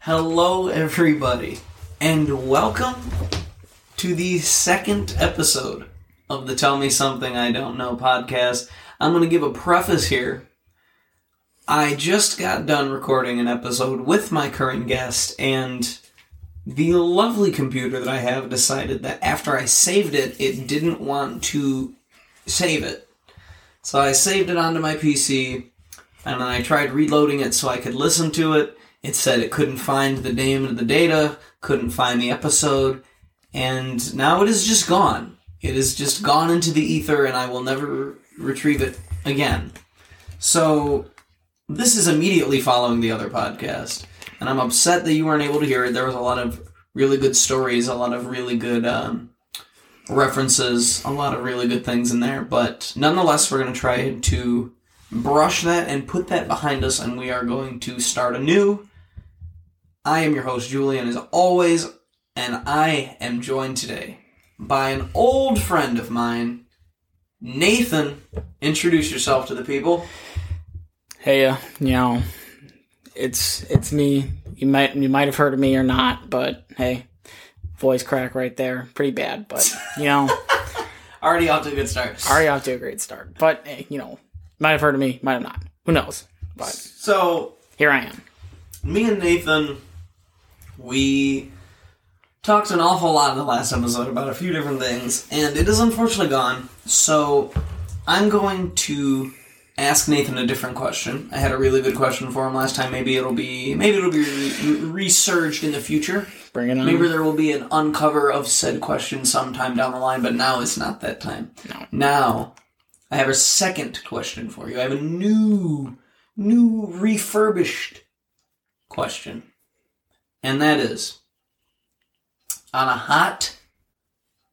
Hello, everybody, and welcome to the second episode of the Tell Me Something I Don't Know podcast. I'm going to give a preface here. I just got done recording an episode with my current guest, and the lovely computer that I have decided that after I saved it, it didn't want to save it. So I saved it onto my PC, and then I tried reloading it so I could listen to it. It said it couldn't find the name of the data, couldn't find the episode, and now it is just gone. It is just gone into the ether, and I will never retrieve it again. So, this is immediately following the other podcast, and I'm upset that you weren't able to hear it. There was a lot of really good stories, a lot of really good um, references, a lot of really good things in there, but nonetheless, we're going to try to brush that and put that behind us, and we are going to start anew. I am your host, Julian, as always, and I am joined today by an old friend of mine, Nathan. Introduce yourself to the people. Hey, uh, you know, it's it's me. You might you might have heard of me or not, but hey, voice crack right there, pretty bad. But you know, Already off to a good start. already off to a great start. But hey, you know, might have heard of me, might have not. Who knows? But So, here I am. me and Nathan, we talked an awful lot in the last episode about a few different things, and it is unfortunately gone. So I'm going to ask Nathan a different question. I had a really good question for him last time. Maybe it'll be maybe it'll be re- resurged in the future. Bring it on. Maybe there will be an uncover of said question sometime down the line, but now it's not that time. No. Now, I have a second question for you. I have a new, new refurbished question. And that is on a hot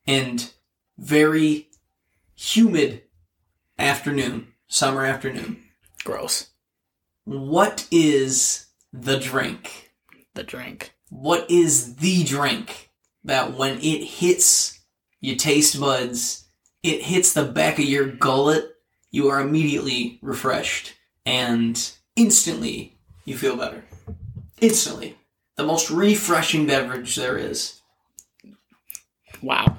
and very humid afternoon, summer afternoon, Gross. what is the drink? The drink. what is the drink that when it hits your taste buds, it hits the back of your gullet, you are immediately refreshed and instantly you feel better. Instantly. The most refreshing beverage there is. Wow.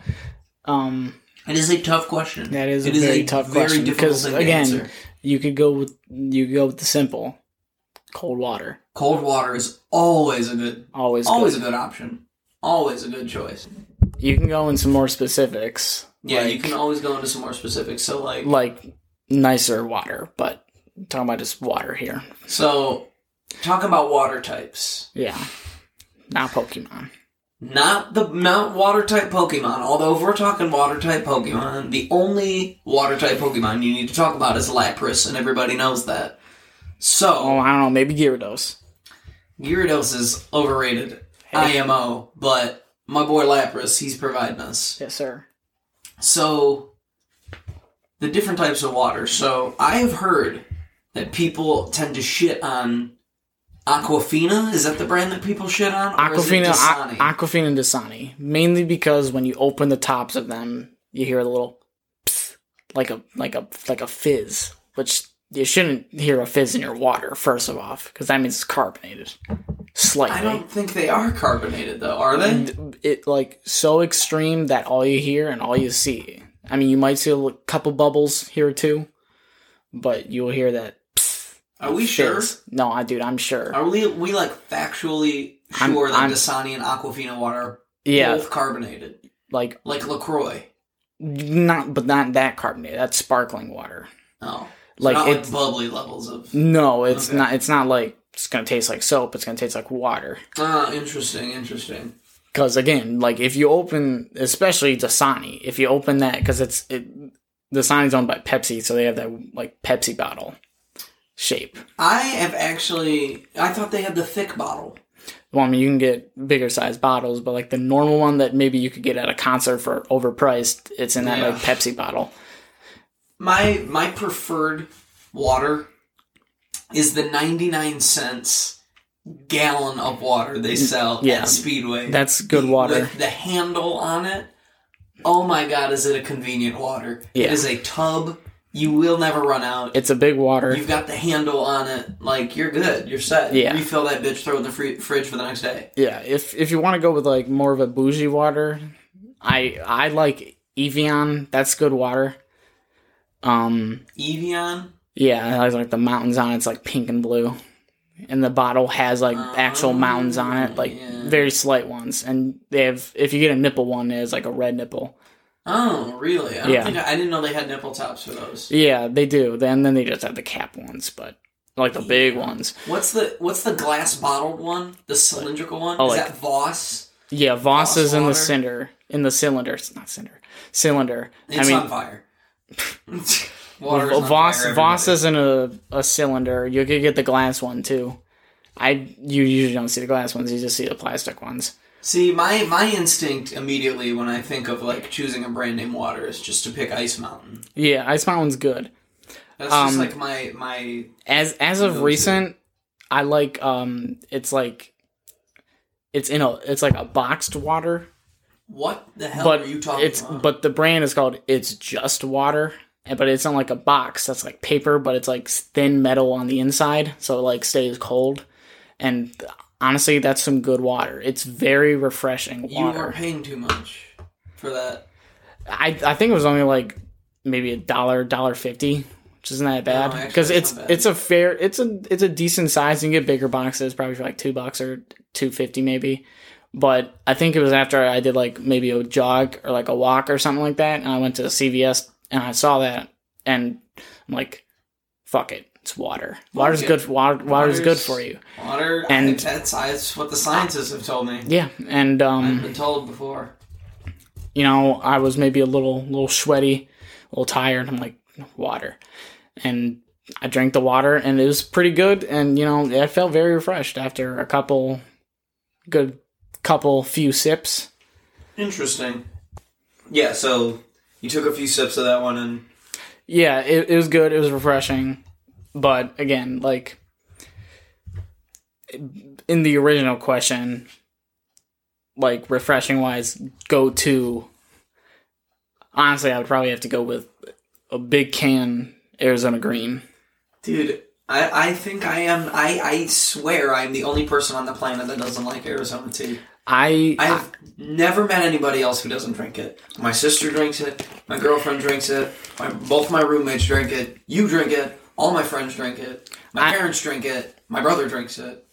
Um, It is a tough question. that is It a very tough question difficult because thing to again, answer. you could go with you could go with the simple, cold water. cold water is always a good, Always. always Good. a good option. Always a good choice. You can go in some more specifics. Yeah, you like- can always go into some more specifics. So like like nicer water, but I'm talking about just water here. So, talk about water types. Yeah. Not Pokemon. Not the not water type Pokemon. Although if we're talking water type Pokemon, the only water type Pokemon you need to talk about is Lapras, and everybody knows that. Oh, So I don't know, maybe Gyarados. Gyarados is overrated, IMO, but my boy Lapras, he's providing us. Yes, sir. So, the different types of water. So, I have heard that people tend to shit on Aquafina. Is that the brand that people shit on? Or is it Aquafina Dasani? Aqu- Aquafina and Dasani. Mainly because when you open the tops of them, you hear a little pss, like a like a like a fizz, which you shouldn't hear a fizz in your water, first of all, because that means it's carbonated. Slightly. I don't think they are carbonated though, are they? Mm, it like so extreme that all you hear and all you see. I mean, you might see a li- couple bubbles here or two, but you'll hear that. psst, Are we sure? fizz. No, I dude, I'm sure. Are we we like factually I'm- sure that I'm- Dasani and Aquafina water are yeah, both carbonated? like Like LaCroix. not, but not that carbonated. That's sparkling water. Oh. Like Not it's like bubbly levels of no, it's Okay. not. It's not like it's gonna taste like soap. It's gonna taste like water. Ah, interesting, interesting. Because again, like if you open, especially Dasani, if you open that, because it's it, Dasani's owned by Pepsi, so they have that like Pepsi bottle shape. I have actually I thought they had the thick bottle. Well, I mean, you can get bigger size bottles, but like the normal one that maybe you could get at a concert for overpriced, it's in that Yeah. like Pepsi bottle. My my preferred water is the ninety nine cents gallon of water they sell Yeah. at Speedway. That's good water. with the handle on it. Oh my god, is it a convenient water? It Yeah. is a tub You will never run out. It's a big water. You've got the handle on it. Like you're good. You're set. Yeah. Refill that bitch. Throw it in the free- fridge for the next day. yeah, if if you want to go with like more of a bougie water, I I like Evian. That's good water. Um, Evion. yeah, I like the mountains on it. It's like pink and blue, and the bottle has like actual mountains on it, like Oh, yeah. very slight ones. And they have if you get a nipple one, it has like a red nipple. Oh, really? I don't Yeah. think I, I didn't know they had nipple tops for those. Yeah, they do. Then then they just have the cap ones, but like the big ones. What's the What's the glass bottled one? The cylindrical one? Oh, Is like- that Voss? Yeah, Voss Voss is in the water. cinder in the cylinder. It's not cinder. Cylinder. It's I mean, on fire. Water is Well, on Voss fire, Voss everybody. isn't a, a cylinder. You could get the glass one too. I you usually don't see the glass ones. You just see the plastic ones. See, my my instinct immediately when I think of like choosing a brand name water is just to pick Ice Mountain. Yeah, Ice Mountain's good. That's just like my my As as Those of two. recent, I like um. It's like it's in a it's like a boxed water, what the hell but are you talking it's about? but the brand is called It's Just Water. and- But it's not like a box that's like paper, but it's like thin metal on the inside, so it like stays cold. And honestly, that's some good water. It's very refreshing you water. are paying too much for that. I I think it was only like maybe a dollar, dollar fifty, which isn't that No, bad actually, because it's it's not bad. it's a fair it's a it's a decent size. You can get bigger boxes probably for like two bucks or two fifty maybe. But I think it was after I did like maybe a jog or like a walk or something like that, and I went to CVS and I saw that, and I'm like, fuck it, it's water. Water's it. good. Water water's good Water's- for you. Water and And- that's that's what the scientists have told me. Yeah, and um, I've been told before. you know, I was maybe a little little sweaty, a little tired. I'm like, water. And I drank the water and it was pretty good and you know, I felt very refreshed after a couple good couple few sips. Interesting. Yeah, so you took a few sips of that one and Yeah, it, it was good, it was refreshing. But again, like in the original question, like refreshing wise, go to honestly I would probably have to go with a big can Arizona green. dude, I, I think I am I, I swear I'm the only person on the planet that doesn't like Arizona tea. I, I've never met anybody else who doesn't drink it. My sister drinks it. My girlfriend drinks it. My, both my roommates drink it. You drink it. All my friends drink it. My I- parents drink it. My brother drinks it.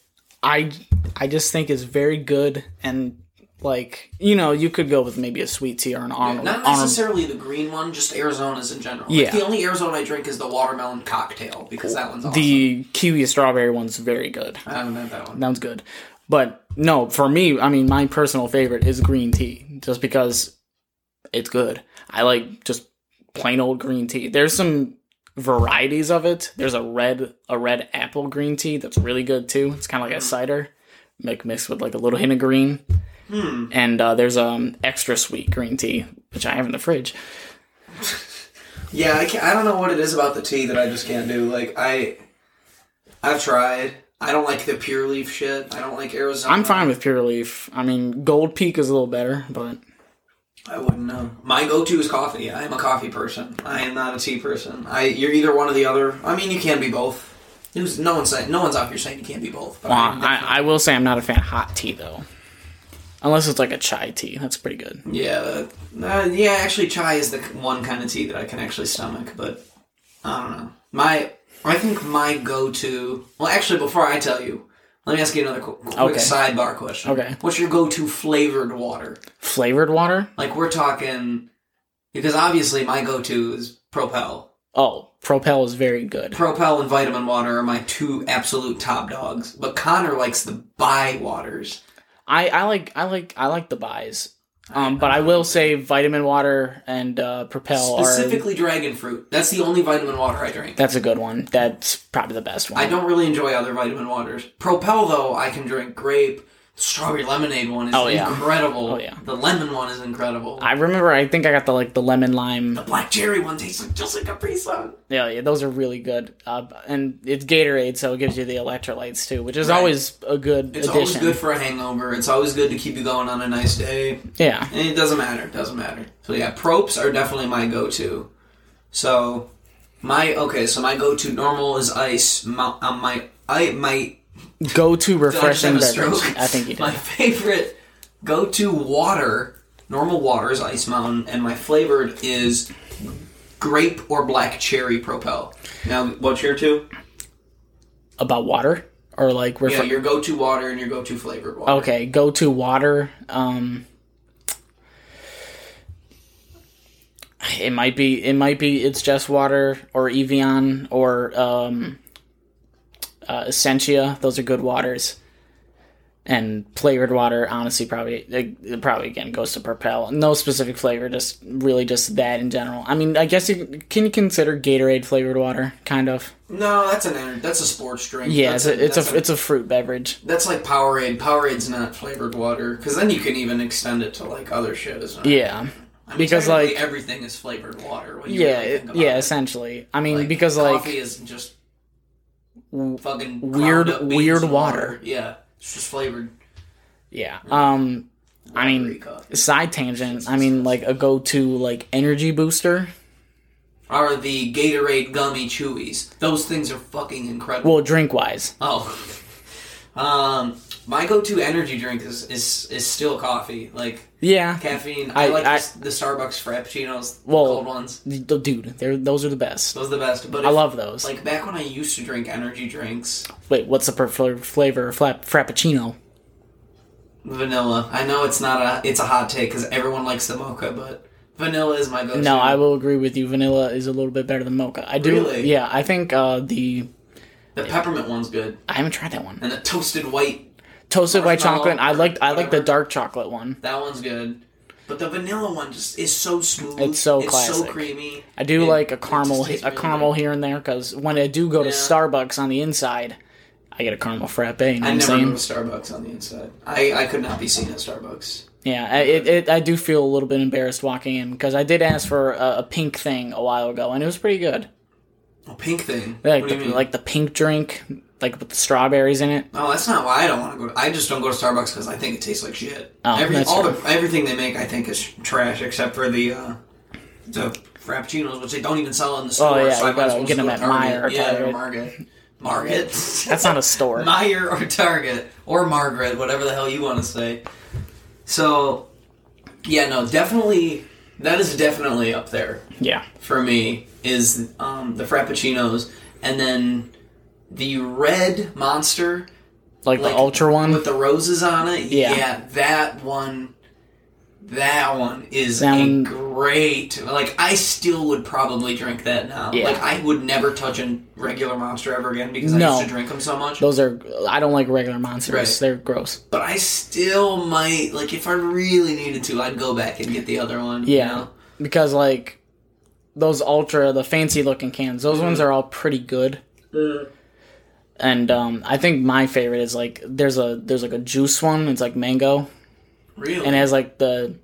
I I just think it's very good and like you know you could go with maybe a sweet tea or an arnold. Not Arnold- necessarily the green one, just Arizona's in general. Yeah. Like, the only Arizona I drink is the watermelon cocktail because that one's awesome. the kiwi strawberry one's very good. I haven't had that one. That one's good. But no, for me, I mean, my personal favorite is green tea, just because it's good. I like just plain old green tea. There's some varieties of it. There's a red a red apple green tea that's really good too. It's kind of like a cider, like mixed with like a little hint of green. And uh, there's um extra sweet green tea which I have in the fridge. Yeah, I, can't, I don't know what it is about the tea that I just can't do. Like I, I've tried. I don't like the pure leaf shit. I don't like Arizona. I'm fine with pure leaf. I mean, Gold Peak is a little better, but I wouldn't know. My go-to is coffee. I am a coffee person. I am not a tea person. I you're either one or the other. I mean, you can be both. Who's no one's saying no one's out here saying you can't be both. But Uh, I'm I, I will say I'm not a fan of hot tea though, unless it's like a chai tea. That's pretty good. definitely- yeah, uh, yeah. Actually, chai is the c- one kind of tea that I can actually stomach. But I don't know. My I think my go-to. Well, actually, before I tell you, let me ask you another qu- quick Okay. sidebar question. Okay. What's your go-to flavored water? Flavored water? Like we're talking, because obviously my go-to is Propel. Oh, Propel is very good. Propel and Vitamin Water are my two absolute top dogs, but Connor likes the buy waters. I, I like I like I like the buys, um, but I will say vitamin water and uh, Propel are Specifically dragon fruit. That's the only vitamin water I drink. that's a good one. That's probably the best one. I don't really enjoy other vitamin waters. Propel though, I can drink grape. Strawberry lemonade one is Oh, yeah. incredible. Oh, yeah. The lemon one is incredible. I remember. I think I got the like the lemon lime. the black cherry one tastes like just like Capri Sun. Yeah, yeah, those are really good. Uh, and it's Gatorade, so it gives you the electrolytes too, which is Right. always a good It's always addition. good for a hangover. It's always good to keep you going on a nice day. Yeah, And it doesn't matter. It doesn't matter. So yeah, props are definitely my go-to. So My okay, so my go-to normal is ice. My uh, my I my Go to did I just refreshing have a beverage. stroke? I think you did. My favorite go-to water, normal water is Ice Mountain, and my flavored is grape or black cherry Propel. Now, what's your two? About water or like Yeah, refer- your go-to water and your go-to flavored water. okay. Go to water. Um, it might be. It might be. It's just water or Evian or um, uh, Essentia. Those are good waters. And flavored water, honestly, probably it, it probably again goes to Propel. No specific flavor, just really just that in general. I mean, I guess you can you consider Gatorade flavored water, kind of. No, that's an ener- that's a sports drink. Yeah, that's it's a, it's that's a it's a fruit beverage. that's like Powerade. Powerade's not flavored water because then you can even extend it to like other shit, isn't it? Yeah, I mean, because, technically like- everything is flavored water. When you yeah, really it- think about yeah. it. Essentially, I mean, Like, because like coffee is just w- fucking ground weird- up beans weird and water. Yeah, it's just flavored. yeah, um, I mean, coffee. side tangent. I mean, like a go-to like energy booster. Are the Gatorade gummy chewies? Those things are fucking incredible. Well, drink wise, oh, um, my go-to energy drink is is, is still coffee, like yeah. caffeine. I, I- like I- the, the Starbucks frappuccinos, the Well- cold ones. D- Dude, they're those are the best. Those are the best. But I if- love those. like back when I used to drink energy drinks, Wait, what's the preferred flavor? Flap frappuccino. vanilla. I know it's not a it's a hot take because everyone likes the mocha, but vanilla is my go-to. No, I will agree with you. Vanilla is a little bit better than mocha. I do. Really? Yeah, I think uh the the peppermint one's good, I haven't tried that one. and the toasted white Toasted white Marshmallow chocolate. I liked I like the whatever. dark chocolate one. That one's good. But the vanilla one just is so smooth. It's so so classic. creamy. I do It- like a it just caramel, tastes a really caramel good. here and there because when I do go to Yeah. Starbucks on the inside, I get a caramel frappe. You know I what I'm never go saying? to Starbucks on the inside. I, I could not be seen at Starbucks. Yeah, I, it, it, I do feel a little bit embarrassed walking in because I did ask for a, a pink thing a while ago and it was pretty good. A pink thing. Like, what do you the, mean? like the pink drink, like with the strawberries in it. oh, that's not why I don't want to go. To, I just don't go to Starbucks because I think it tastes like shit. Oh, Every, that's all the, everything they make, I think, is trash except for the uh, the frappuccinos, which they don't even sell in the store. Oh, yeah, so I you might as gotta well get just them go to at Meijer or Target. Yeah, Target. Margaret. Margaret. That's not a store. Meyer or Target or Margaret, whatever the hell you want to say. So, yeah, no, definitely that is definitely up there yeah, for me is um, the frappuccinos and then the red monster like, Like, the ultra one. with the roses on it. Yeah. that one. That one is That a one- great. Like I still would probably drink that now. Yeah. Like I would never touch a regular monster ever again because I No. used to drink them so much. Those are I don't like regular monsters. Right. They're gross. But I still might like if I really needed to, I'd go back and get the other one. you Yeah, know? because like those ultra, the fancy looking cans, Mm-hmm. those ones are all pretty good. and um, I think my favorite is like there's a there's like a juice one. It's like mango, really? and it has like the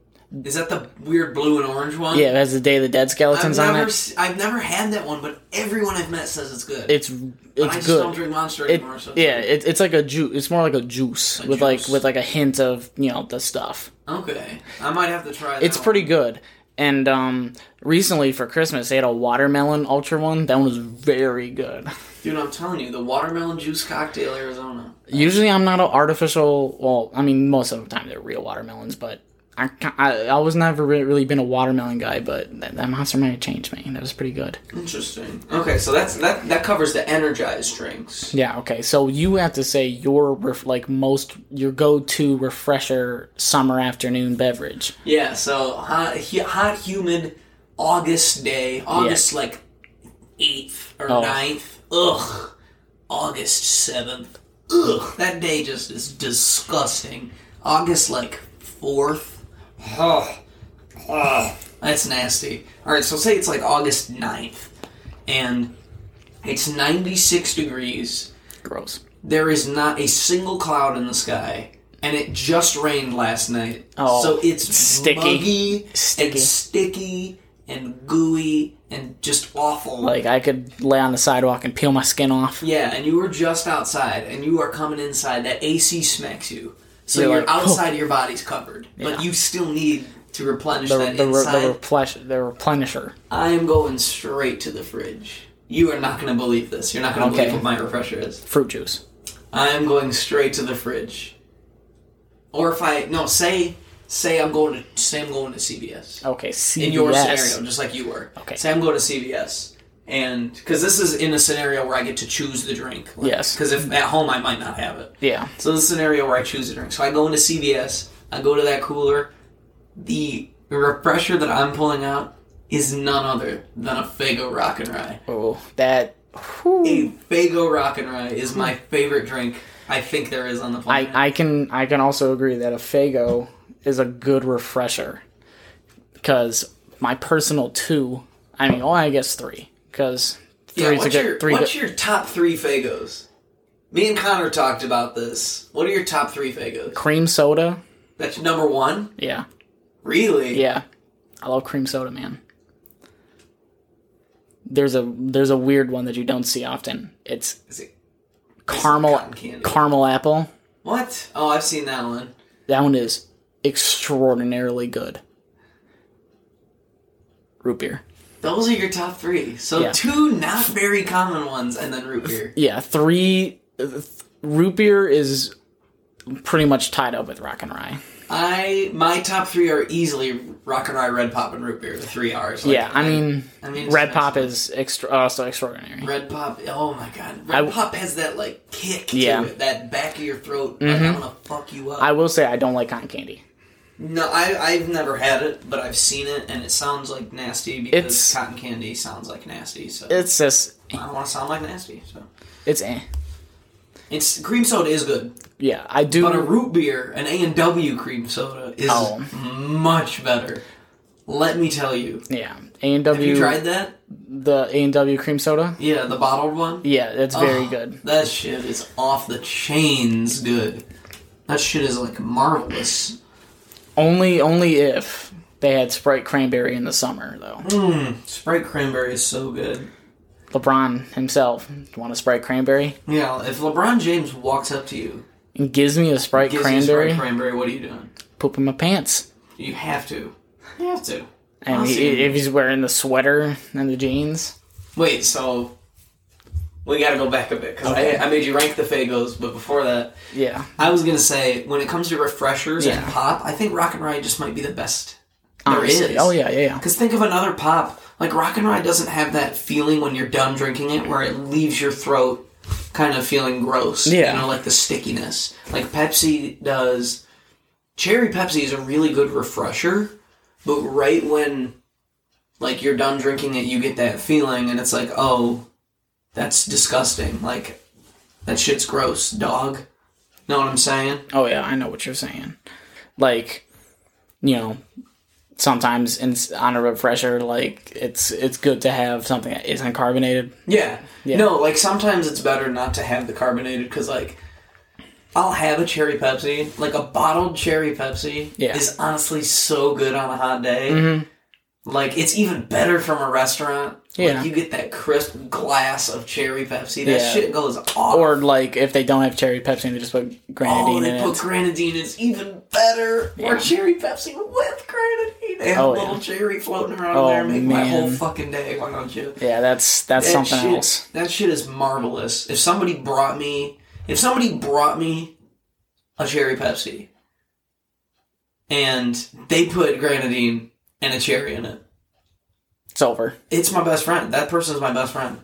Is that the weird blue and orange one? yeah, it has the Day of the Dead I've skeletons on never, it. s- I've never had that one, but everyone I've met says it's good. It's but I it's just don't good. drink Monster It, anymore. So it's yeah, like- it, it's like a juice. It's more like a juice A with like juice. with like a hint of you know the stuff. okay, I might have to try. That It's pretty good. And um, recently for Christmas, they had a watermelon ultra one. That one was very good. one. dude. I'm telling you, the watermelon juice cocktail Arizona. Usually, I'm not an artificial. Well, I mean, most of the time they're real watermelons, but I ca- I, I was never re- really been a watermelon guy. But that, that monster might have changed me. That was pretty good. Interesting. Okay, so that's that. That covers the energized drinks. Yeah. Okay. So you have to say your ref, like most your go to refresher summer afternoon beverage. Yeah. So hot, hu- hot, humid August day, August like eighth or Oh. ninth. 9th. Ugh. August seventh. Ugh. That day just is disgusting. August like fourth. Ugh. Ugh. That's nasty. All right. So say it's like August 9th, and it's ninety six degrees. Gross. There is not a single cloud in the sky, and it just rained last night. Oh, so it's sticky. muggy Sticky. and sticky and gooey and just awful. Like I could lay on the sidewalk and peel my skin off. yeah, and you were just outside, and you are coming inside. That AC smacks you, so You're you're, like, outside. Your body's covered, Yeah. but you still need to replenish The, that the, re- inside. the, replenish, the replenisher. I am going straight to the fridge. You are not going to believe this. You're not going to Okay. believe what my refresher is. Fruit juice. I am going straight to the fridge. Or if I no say say I'm going to say I'm going to CVS Okay, CBS. in your scenario, just like you were. Okay. Say I'm going to CVS, and because this is in a scenario where I get to choose the drink. Yes. Because if at home I might not have it. Yeah. So this is a scenario where I choose a drink. So I go into CVS. I go to that cooler. The refresher that I'm pulling out is none other than a Fago Rock and Rye. Oh, that. whew. A Fago Rock and Rye is my favorite drink. I think there is on the planet. I, I can I can also agree that a Fago is a good refresher because my personal two, I mean, well, I guess three because Yeah, three's a what's good your, three. what's go- your top three Fagos? Me and Connor talked about this. What are your top three Fagos? cream soda, That's number one? yeah, Really? yeah. I love cream soda, man. There's a there's a weird one that you don't see often. It's Is it- caramel cotton candy? caramel apple. what? Oh, I've seen that one. That one is extraordinarily good. Root beer. Those are your top three. So Yeah. two not very common ones, and then root beer. yeah, three th- root beer is pretty much tied up with rock and rye. I my top three are easily rock and rye, red pop, and root beer. The three R's. Like, yeah, I mean, I mean, it's red pop excellent. is extra, uh, also extraordinary. red pop. Oh my god, red I- pop has that like kick Yeah. Mm-hmm. to it, that back of your throat. Like, I'm gonna fuck you up. I will say I don't like cotton candy. No, I, I've never had it, but I've seen it, and it sounds like nasty because It's- cotton candy sounds like nasty. So It's just I don't want to sound like nasty. So it's eh. it's cream soda is good, yeah. I do. but a root beer, an A and W cream soda is Oh. much better. Let me tell you. yeah, A and Have you W tried that? the A and W cream soda. Yeah, the bottled one. Yeah, it's very Oh, good. That shit is off the chains good. That shit is like marvelous. Only only if they had Sprite cranberry in the summer though. Sprite cranberry is so good. LeBron himself want a Sprite cranberry Yeah, if LeBron James walks up to you, and gives me a Sprite gives you cranberry, Sprite cranberry, what are you doing? poop in my pants. You have to. You have to. And Awesome. he, if he's wearing the sweater and the jeans, Wait, so we got to go back a bit because Okay. I, I made you rank the Fagos, but before that, yeah, I was gonna say when it comes to refreshers and Yeah. pop, I think Rock and Rye just might be the best honestly. there is. Oh yeah, yeah, yeah. Because think of another pop. Like Rock and Rye doesn't have that feeling when you're done drinking it, where it leaves your throat kind of feeling gross. Yeah. you know, like the stickiness. Like Pepsi does. Cherry Pepsi is a really good refresher, but right when like you're done drinking it, you get that feeling, and it's like, oh, that's disgusting. Like that shit's gross, dog. Know what I'm saying? Oh yeah, I know what you're saying. Like, you know, sometimes in, on a refresher, like it's it's good to have something that isn't carbonated. Yeah. No, like sometimes it's better not to have the carbonated because like I'll have a cherry Pepsi, like a bottled cherry Pepsi Yeah. is honestly so good on a hot day. Like it's even better from a restaurant. Mm-hmm. Yeah. Like you get that crisp glass of cherry Pepsi. That Yeah. shit goes off. Or like if they don't have cherry Pepsi, and they just put Oh, grenadine they in put it. grenadine. It's even better. Or cherry Pepsi with grenadine. They have Oh, a little yeah. cherry floating around Oh, there, make my whole man. fucking day. Why don't you? Yeah, that's that's That something shit, else. That shit is marvelous. If somebody brought me, if somebody brought me a cherry Pepsi, and they put grenadine and a cherry in it, It's over. it's my best friend. That person's my best friend.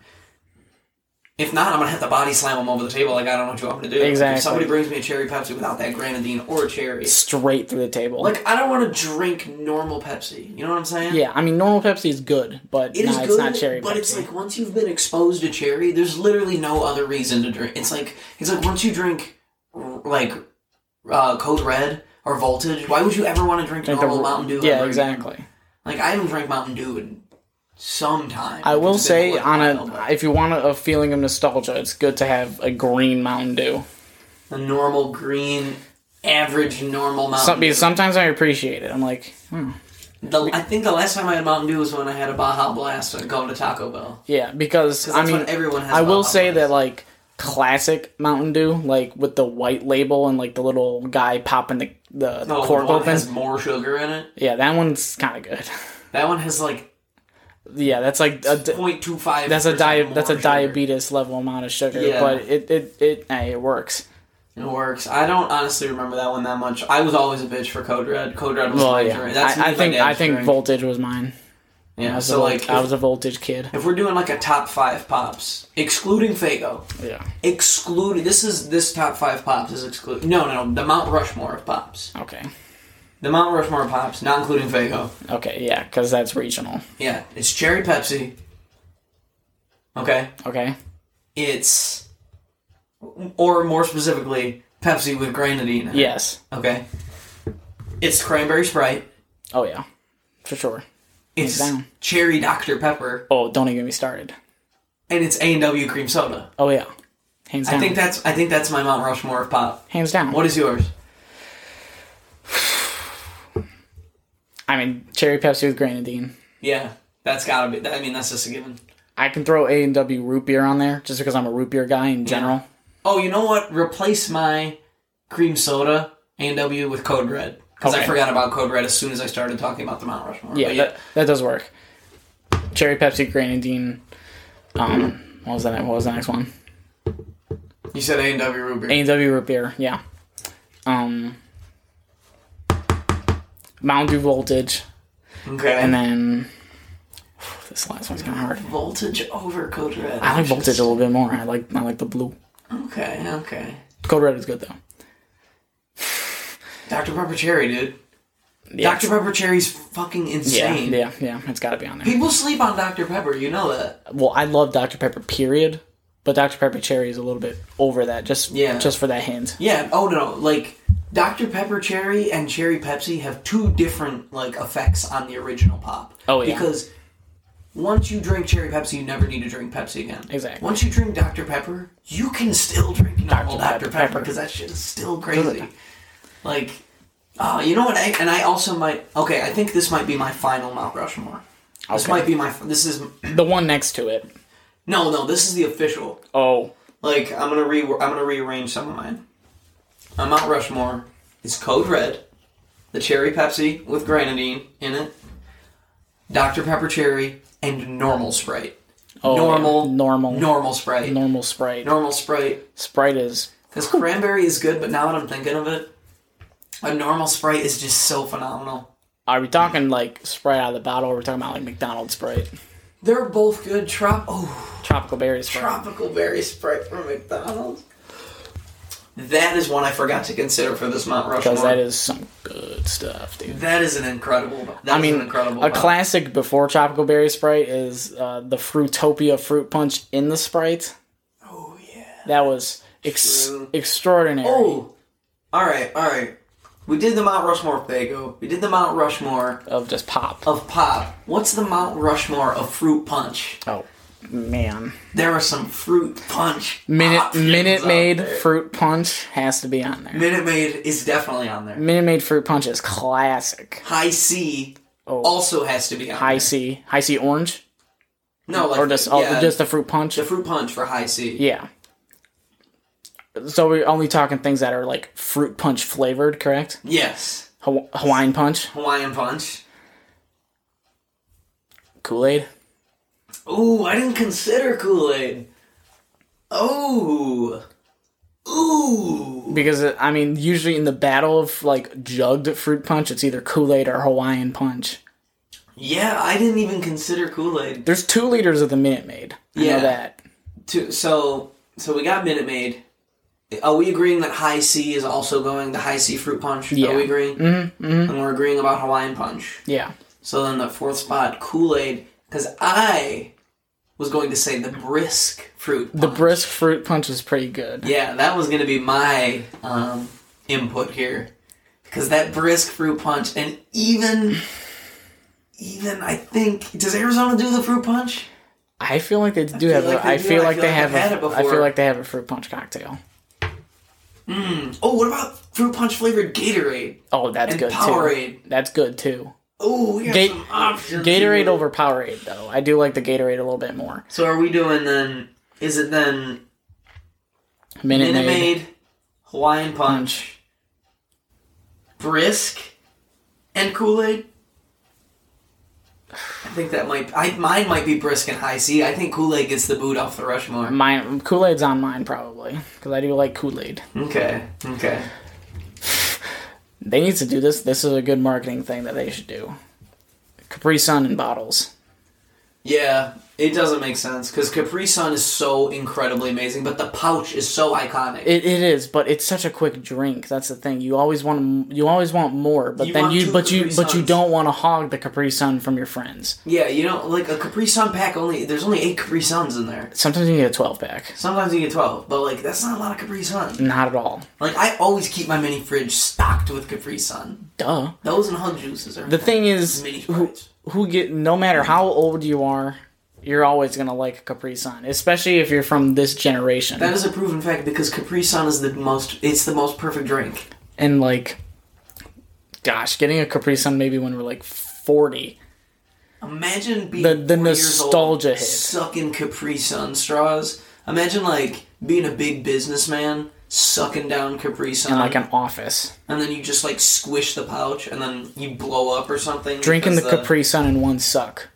If not, I'm gonna have to body slam them over the table. Like I don't know what you want me to do. Exactly. If somebody brings me a cherry Pepsi without that grenadine or a cherry, Straight through the table. like I don't want to drink normal Pepsi. You know what I'm saying? yeah, I mean, normal Pepsi is good, but It nah, is it's good, not cherry but Pepsi. it's like once you've been exposed to cherry, there's literally no other reason to drink. It's like it's like once you drink r- like uh, Code Red or Voltage, why would you ever want to drink Like the- normal Mountain Dew? Yeah, ever again? exactly. Like I haven't drank Mountain Dew in some time. I will It's been say, little on while, a but if you want a, a feeling of nostalgia, it's good to have a green Mountain Dew. a normal green, average normal Mountain. Some, Dew. because sometimes I appreciate it. I'm like, hmm. The- I think the last time I had Mountain Dew was when I had a Baja Blast and going to Taco Bell. yeah, because 'Cause I that's mean, when everyone has I will Baja say Blast. that like classic Mountain Dew, like with the white label and like the little guy popping the the, the Oh, the cork one that open. has more sugar in it. Yeah, that one's kind of good. That one has like yeah, that's like a, di- 0.25. that's a diet. diet that's a diabetes level amount of sugar, Yeah. but it it it, hey, it works. It works. I don't honestly remember that one that much. I was always a bitch for Code Red. Code Red was Well, my yeah, drink. That's I, I my think I dad's think drink. voltage was mine. I yeah. was, So a, like, like, I if- was a voltage kid. if we're doing like a top five pops, excluding Fago, Yeah. excluding this is this top five pops is excluded. No, no, no, the Mount Rushmore of pops. Okay. The Mount Rushmore of pops, not including Fago. Okay. Yeah, because that's regional. Yeah, it's cherry Pepsi. Okay, Okay. it's or more specifically Pepsi with grenadine. in it. Yes. Okay. It's cranberry Sprite. Oh yeah. For sure. It's down. cherry Dr Pepper, Oh, don't even get me started. and it's A and W cream soda. Oh yeah. Hands down. I think that's I think that's my Mount Rushmore of pop. Hands down. What is yours? I mean, cherry Pepsi with grenadine. Yeah, that's gotta be. I mean, that's just a given. I can throw A and W root beer on there just because I'm a root beer guy in general. Oh, you know what? Replace my cream soda and W with Code Red because I Okay. forgot about Code Red as soon as I started talking about the Mount Rushmore. Yeah, But That, that does work. Cherry Pepsi, grenadine. Um, what was that? What was the next one? you said A and W root beer. A and W root beer. Yeah. Um, Mountain Dew voltage, okay, and then this last one's kind of hard. voltage over Code Red. I like voltage a little bit more. I like I like the blue. Okay, okay. Code red is good though. Dr Pepper cherry, dude. Yeah, Dr Pepper cherry's fucking yeah, insane. yeah, yeah. It's got to be on there. People sleep on Dr Pepper. You know that. well, I love Dr. Pepper, period. But Dr. Pepper Cherry is a little bit over that, just Yeah. just for that hint. Yeah. Oh no. Like Dr Pepper Cherry and Cherry Pepsi have two different like effects on the original pop. Oh, yeah. Because once you drink Cherry Pepsi, you never need to drink Pepsi again. Exactly. Once you drink Dr Pepper, you can still drink normal Dr, Dr. Pepper Pepper. because that shit is still crazy. Like, oh, you know what? I, and I also might. Okay, I think this might be my final Mount Rushmore. This Okay. might be my. This is The one next to it. no, no. This is the official. Oh, Like I'm gonna re I'm gonna rearrange some of mine. On Mount Rushmore is Code Red, the cherry Pepsi with grenadine in it, Dr Pepper cherry, and normal Sprite. oh normal, yeah. normal, normal Sprite, normal Sprite. normal Sprite. Sprite is Because cranberry is good, but now that I'm thinking of it, a normal Sprite is just so phenomenal. are we talking like Sprite out of the bottle? Or are we talking about like McDonald's Sprite, They're both good. Trop oh, tropical berry Sprite? tropical berry Sprite from McDonald's. That is one I forgot to consider for this Mount Rushmore. Because that is some good stuff, dude. That is an incredible. That I is mean, an incredible. a pop. classic before tropical berry Sprite is uh, the Fruitopia fruit punch in the Sprite. Oh yeah. That was ex- True. extraordinary. Oh, all right, all right. We did the Mount Rushmore of Fago. We did the Mount Rushmore Of just pop. of pop. What's the Mount Rushmore of fruit punch? Oh man. There are some fruit punch. Minute options Minute out Maid there. Fruit Punch has to be on there. Minute Maid is definitely on there. Minute Maid Fruit Punch is classic. High C Oh. also has to be on. High there. C, high C orange, No, like or just oh, yeah, just the fruit punch. the fruit punch for high C. yeah. So we're only talking things that are like fruit punch flavored, correct? Yes, Haw- Hawaiian punch, Hawaiian punch. Kool Aid. Ooh, I didn't consider Kool Aid. Oh. Ooh. Because it, I mean, usually in the battle of like jugged fruit punch, it's either Kool Aid or Hawaiian punch. Yeah, I didn't even consider Kool Aid. There's two liters of the Minute Maid. I Yeah. know that. So, so we got Minute Maid. Are we agreeing that High C is also going the High C fruit punch? Yeah. Mm-hmm, Are we agreeing? And we're agreeing about Hawaiian punch. Yeah. So then the fourth spot, Kool Aid, because I was going to say the brisk fruit. The punch. brisk fruit punch is pretty good. Yeah, that was gonna be my um, input here, because that brisk fruit punch, and even, even I think does Arizona do the fruit punch? I feel like they do have. like a- they I do. feel like they I've have. had a- it I before. feel like they have a fruit punch cocktail. Oh, what about fruit punch flavored Gatorade? Oh, that's And good Powerade. too. That's good too. Oh, we got Ga- some options. Gatorade here. over Powerade though. I do like the Gatorade a little bit more. So are we doing then? Is it then Minute, Minute Maid, Maid, Hawaiian Punch, Punch, Brisk, and Kool Aid. I think that might. I mine might be Brisk and High C. I think Kool Aid gets the boot off the Rushmore. mine Kool Aid's on mine probably because I do like Kool Aid. Okay. Okay. They need to do this. This is a good marketing thing that they should do. Capri Sun in bottles. Yeah, it doesn't make sense because Capri Sun is so incredibly amazing, but the pouch is so iconic. It, it is, but it's such a quick drink. That's the thing. You always want you always want more, but You then want you two but you Capri but you Suns. don't want to hog the Capri Sun from your friends. yeah, you know, like a Capri Sun pack only. There's only eight Capri Suns in there. Sometimes you need a twelve pack. Sometimes you get twelve, but like that's not a lot of Capri Sun. Not at all. Like I always keep my mini fridge stocked with Capri Sun. Duh. Those and hug juices are The thing is, mini who, fridge. who get no matter how old you are, you're always gonna like Capri Sun, especially if you're from this generation. That is a proven fact because Capri Sun is the most. It's the most perfect drink. and like, gosh, getting a Capri Sun maybe when we're like forty. Imagine being The- 40 the years old, nostalgia hit. sucking Capri Sun straws. Imagine like being a big businessman sucking down Capri Sun, in like an office, and then you just like squish the pouch, and then you blow up or something. drinking the, because Capri Sun in one suck.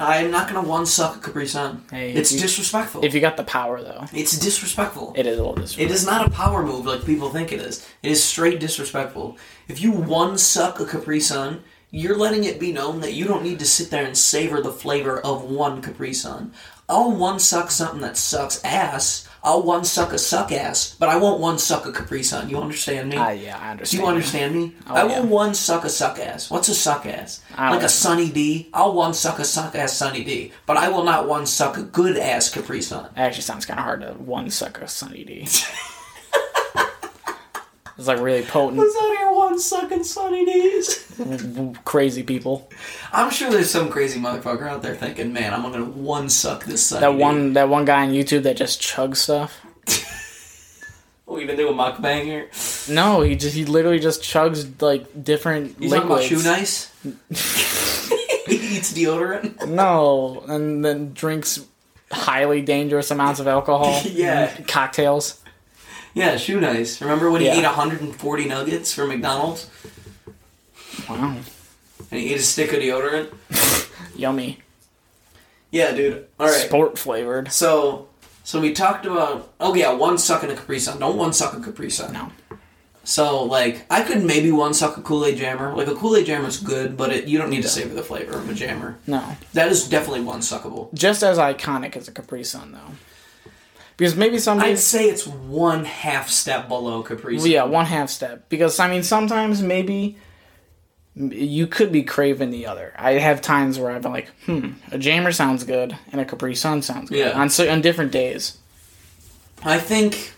I'm not gonna one suck a Capri Sun. Hey, it's if you- disrespectful. If you got the power though, it's disrespectful. it is a little disrespectful. It is not a power move like people think it is. It is straight disrespectful. If you one suck a Capri Sun, you're letting it be known that you don't need to sit there and savor the flavor of one Capri Sun. I'll one suck something that sucks ass. I'll one suck a suck ass, but I won't one suck a Capri Sun. You understand me? Ah, yeah, I Do understand. Oh, you understand me? I will yeah. one suck a suck ass. What's a suck ass? I Like don't- a Sunny D. I'll one suck a suck ass Sunny D, but I will not one suck a good ass Capri Sun. It actually sounds kind of hard to one suck a Sunny D. it's like really potent, Who's out here one sucking Sunny D's? crazy people. I'm sure there's some crazy motherfucker out there thinking, man, I'm gonna one suck this Sunny. That D." one, that one guy on YouTube that just chugs stuff. We even do a mukbang here. No, he just he literally just chugs like different You talking about shoe liquids. nice? he eats deodorant. no, and then drinks highly dangerous amounts of alcohol. Yeah. and cocktails. Yeah, shoe nice. Remember when he Yeah. ate 140 nuggets from McDonald's Wow, and he ate a stick of deodorant? yummy, Yeah, dude. All right. sport flavored. so, so we talked about. Oh yeah, one sucking a Capri Sun. Don't one suck a Capri Sun. No, So like, I could maybe one suck a Kool Aid Jammer. Like a Kool Aid Jammer is good, but it, you don't need to savor the flavor of a jammer. no, That is definitely one suckable. just as iconic as a Capri Sun though, because maybe somebody. I'd say it's one half step below Capri Sun. Well, yeah, one half step. Because I mean, sometimes maybe m- you could be craving the other. I have times where I've been like, hmm, a jammer sounds good and a Capri Sun sounds good. Yeah. On so on different days. I think,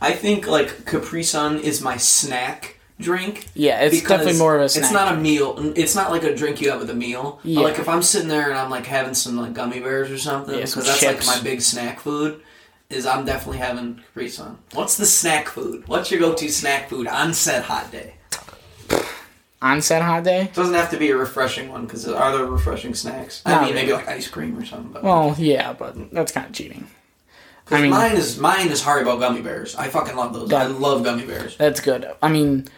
I think like Capri Sun is my snack drink. Yeah, it's because definitely more of a snack. It's not a meal. It's not like a drink you have with a meal. But, Yeah. like if I'm sitting there and I'm like having some like gummy bears or something, Yeah, because some that's chips. like my big snack food. Is I'm definitely having Capri Sun. What's the snack food? What's your go-to snack food on said hot day? on said hot day. doesn't have to be a refreshing one because are there refreshing snacks? I Not mean, maybe really. like ice cream or something. But Well, yeah, but that's kind of cheating. 'Cause I mean- mine is mine is Haribo gummy bears. I fucking love those. I love gummy bears That's good. I mean,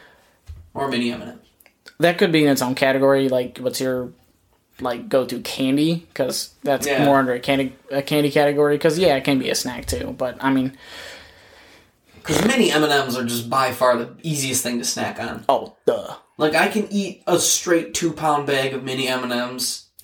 or mini M&Ms. that could be in its own category. Like, what's your like go to candy? Because that's Yeah. more under a candy a candy category. Because yeah, it can be a snack too. But I mean, Because mini M&Ms are just by far the easiest thing to snack on. oh, duh. Like I can eat a straight two pound bag of mini M&Ms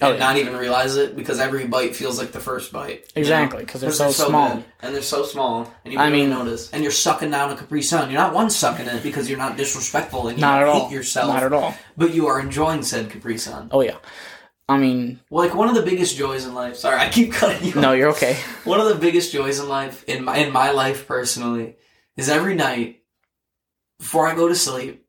and Oh, yeah. not even realize it because every bite feels like the first bite. you know? Exactly, 'cause they're so small. good, and they're so small, and you I don't even mean- notice. And you're sucking down a Capri Sun. You're not one sucking it because you're not disrespectful and you Not at don't all. hate yourself. Oh. Not at all. But you are enjoying said Capri Sun. Oh yeah. I mean, Well, like one of the biggest joys in life. Sorry, I keep cutting you. no, off. you're okay. One of the biggest joys in life, in my in my life personally, is every night before I go to sleep,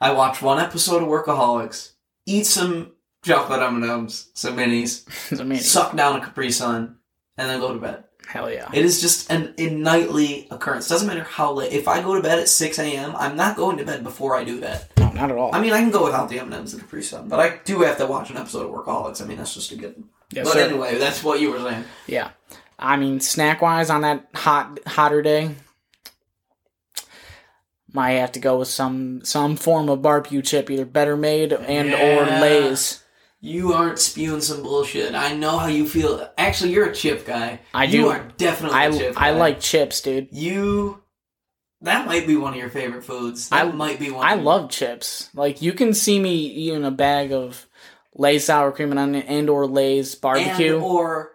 I watch one episode of Workaholics, eat some chocolate M and M's, some minis, It's amazing. suck down a Capri Sun, and then go to bed. Hell yeah. It is just an a nightly occurrence. Doesn't matter how late. If I go to bed at six a.m., I'm not going to bed before I do that. No, not at all. I mean, I can go without the M and M's and Capri Sun, but I do have to watch an episode of Workaholics. I mean, that's just a given. yes, But sir. anyway, that's what you were saying. yeah. I mean, snack wise on that hot hotter day, might have to go with some some form of barbecue chip, either better made and Yeah. or Lay's. You aren't spewing some bullshit. I know how you feel. Actually, you're a chip guy. I you do. are definitely I a chip I guy. like chips, dude. you. That might be one of your favorite foods. That I- might be one. I of- love chips. Like you can see me eating a bag of Lay's sour cream and onion and or Lay's barbecue, and or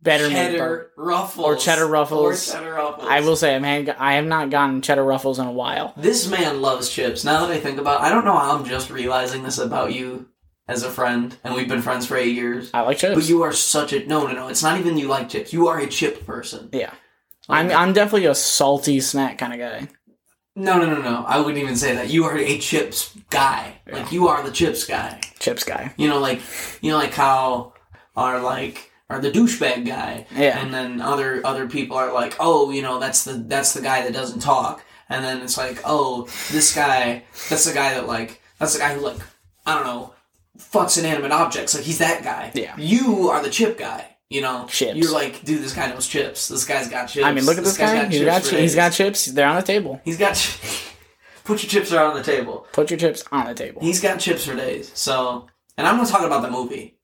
better made barbecue. cheddar ruffles or cheddar ruffles. or cheddar ruffles. I will say I've had, I have not gotten cheddar ruffles in a while. This man loves chips. Now that I think about, it, I don't know how I'm just realizing this about you as a friend, and we've been friends for eight years. I like chips. But you are such a no, no, no. It's not even you like chips. You are a chip person. yeah, Like- I'm I'm definitely a salty snack kind of guy. No, no, no, no. I wouldn't even say that. You are a chips guy. Like you are the chips guy. Chips guy. You know, like you know, like how are like are the douchebag guy, Yeah. and then other other people are like, oh, you know, that's the that's the guy that doesn't talk, and then it's like, oh, this guy, that's the guy that like that's the guy who like I don't know, fucks inanimate objects. Like he's that guy. Yeah. you are the chip guy. You know, Chips. You're like, dude, this guy knows chips. This guy's got chips. I mean, look at this, guy. He's got chips chi- for he's got days. chips. They're on the table. he's got. chi- Put your chips around the table. Put your chips on the table. He's got chips for days. So, and I'm not talking about the movie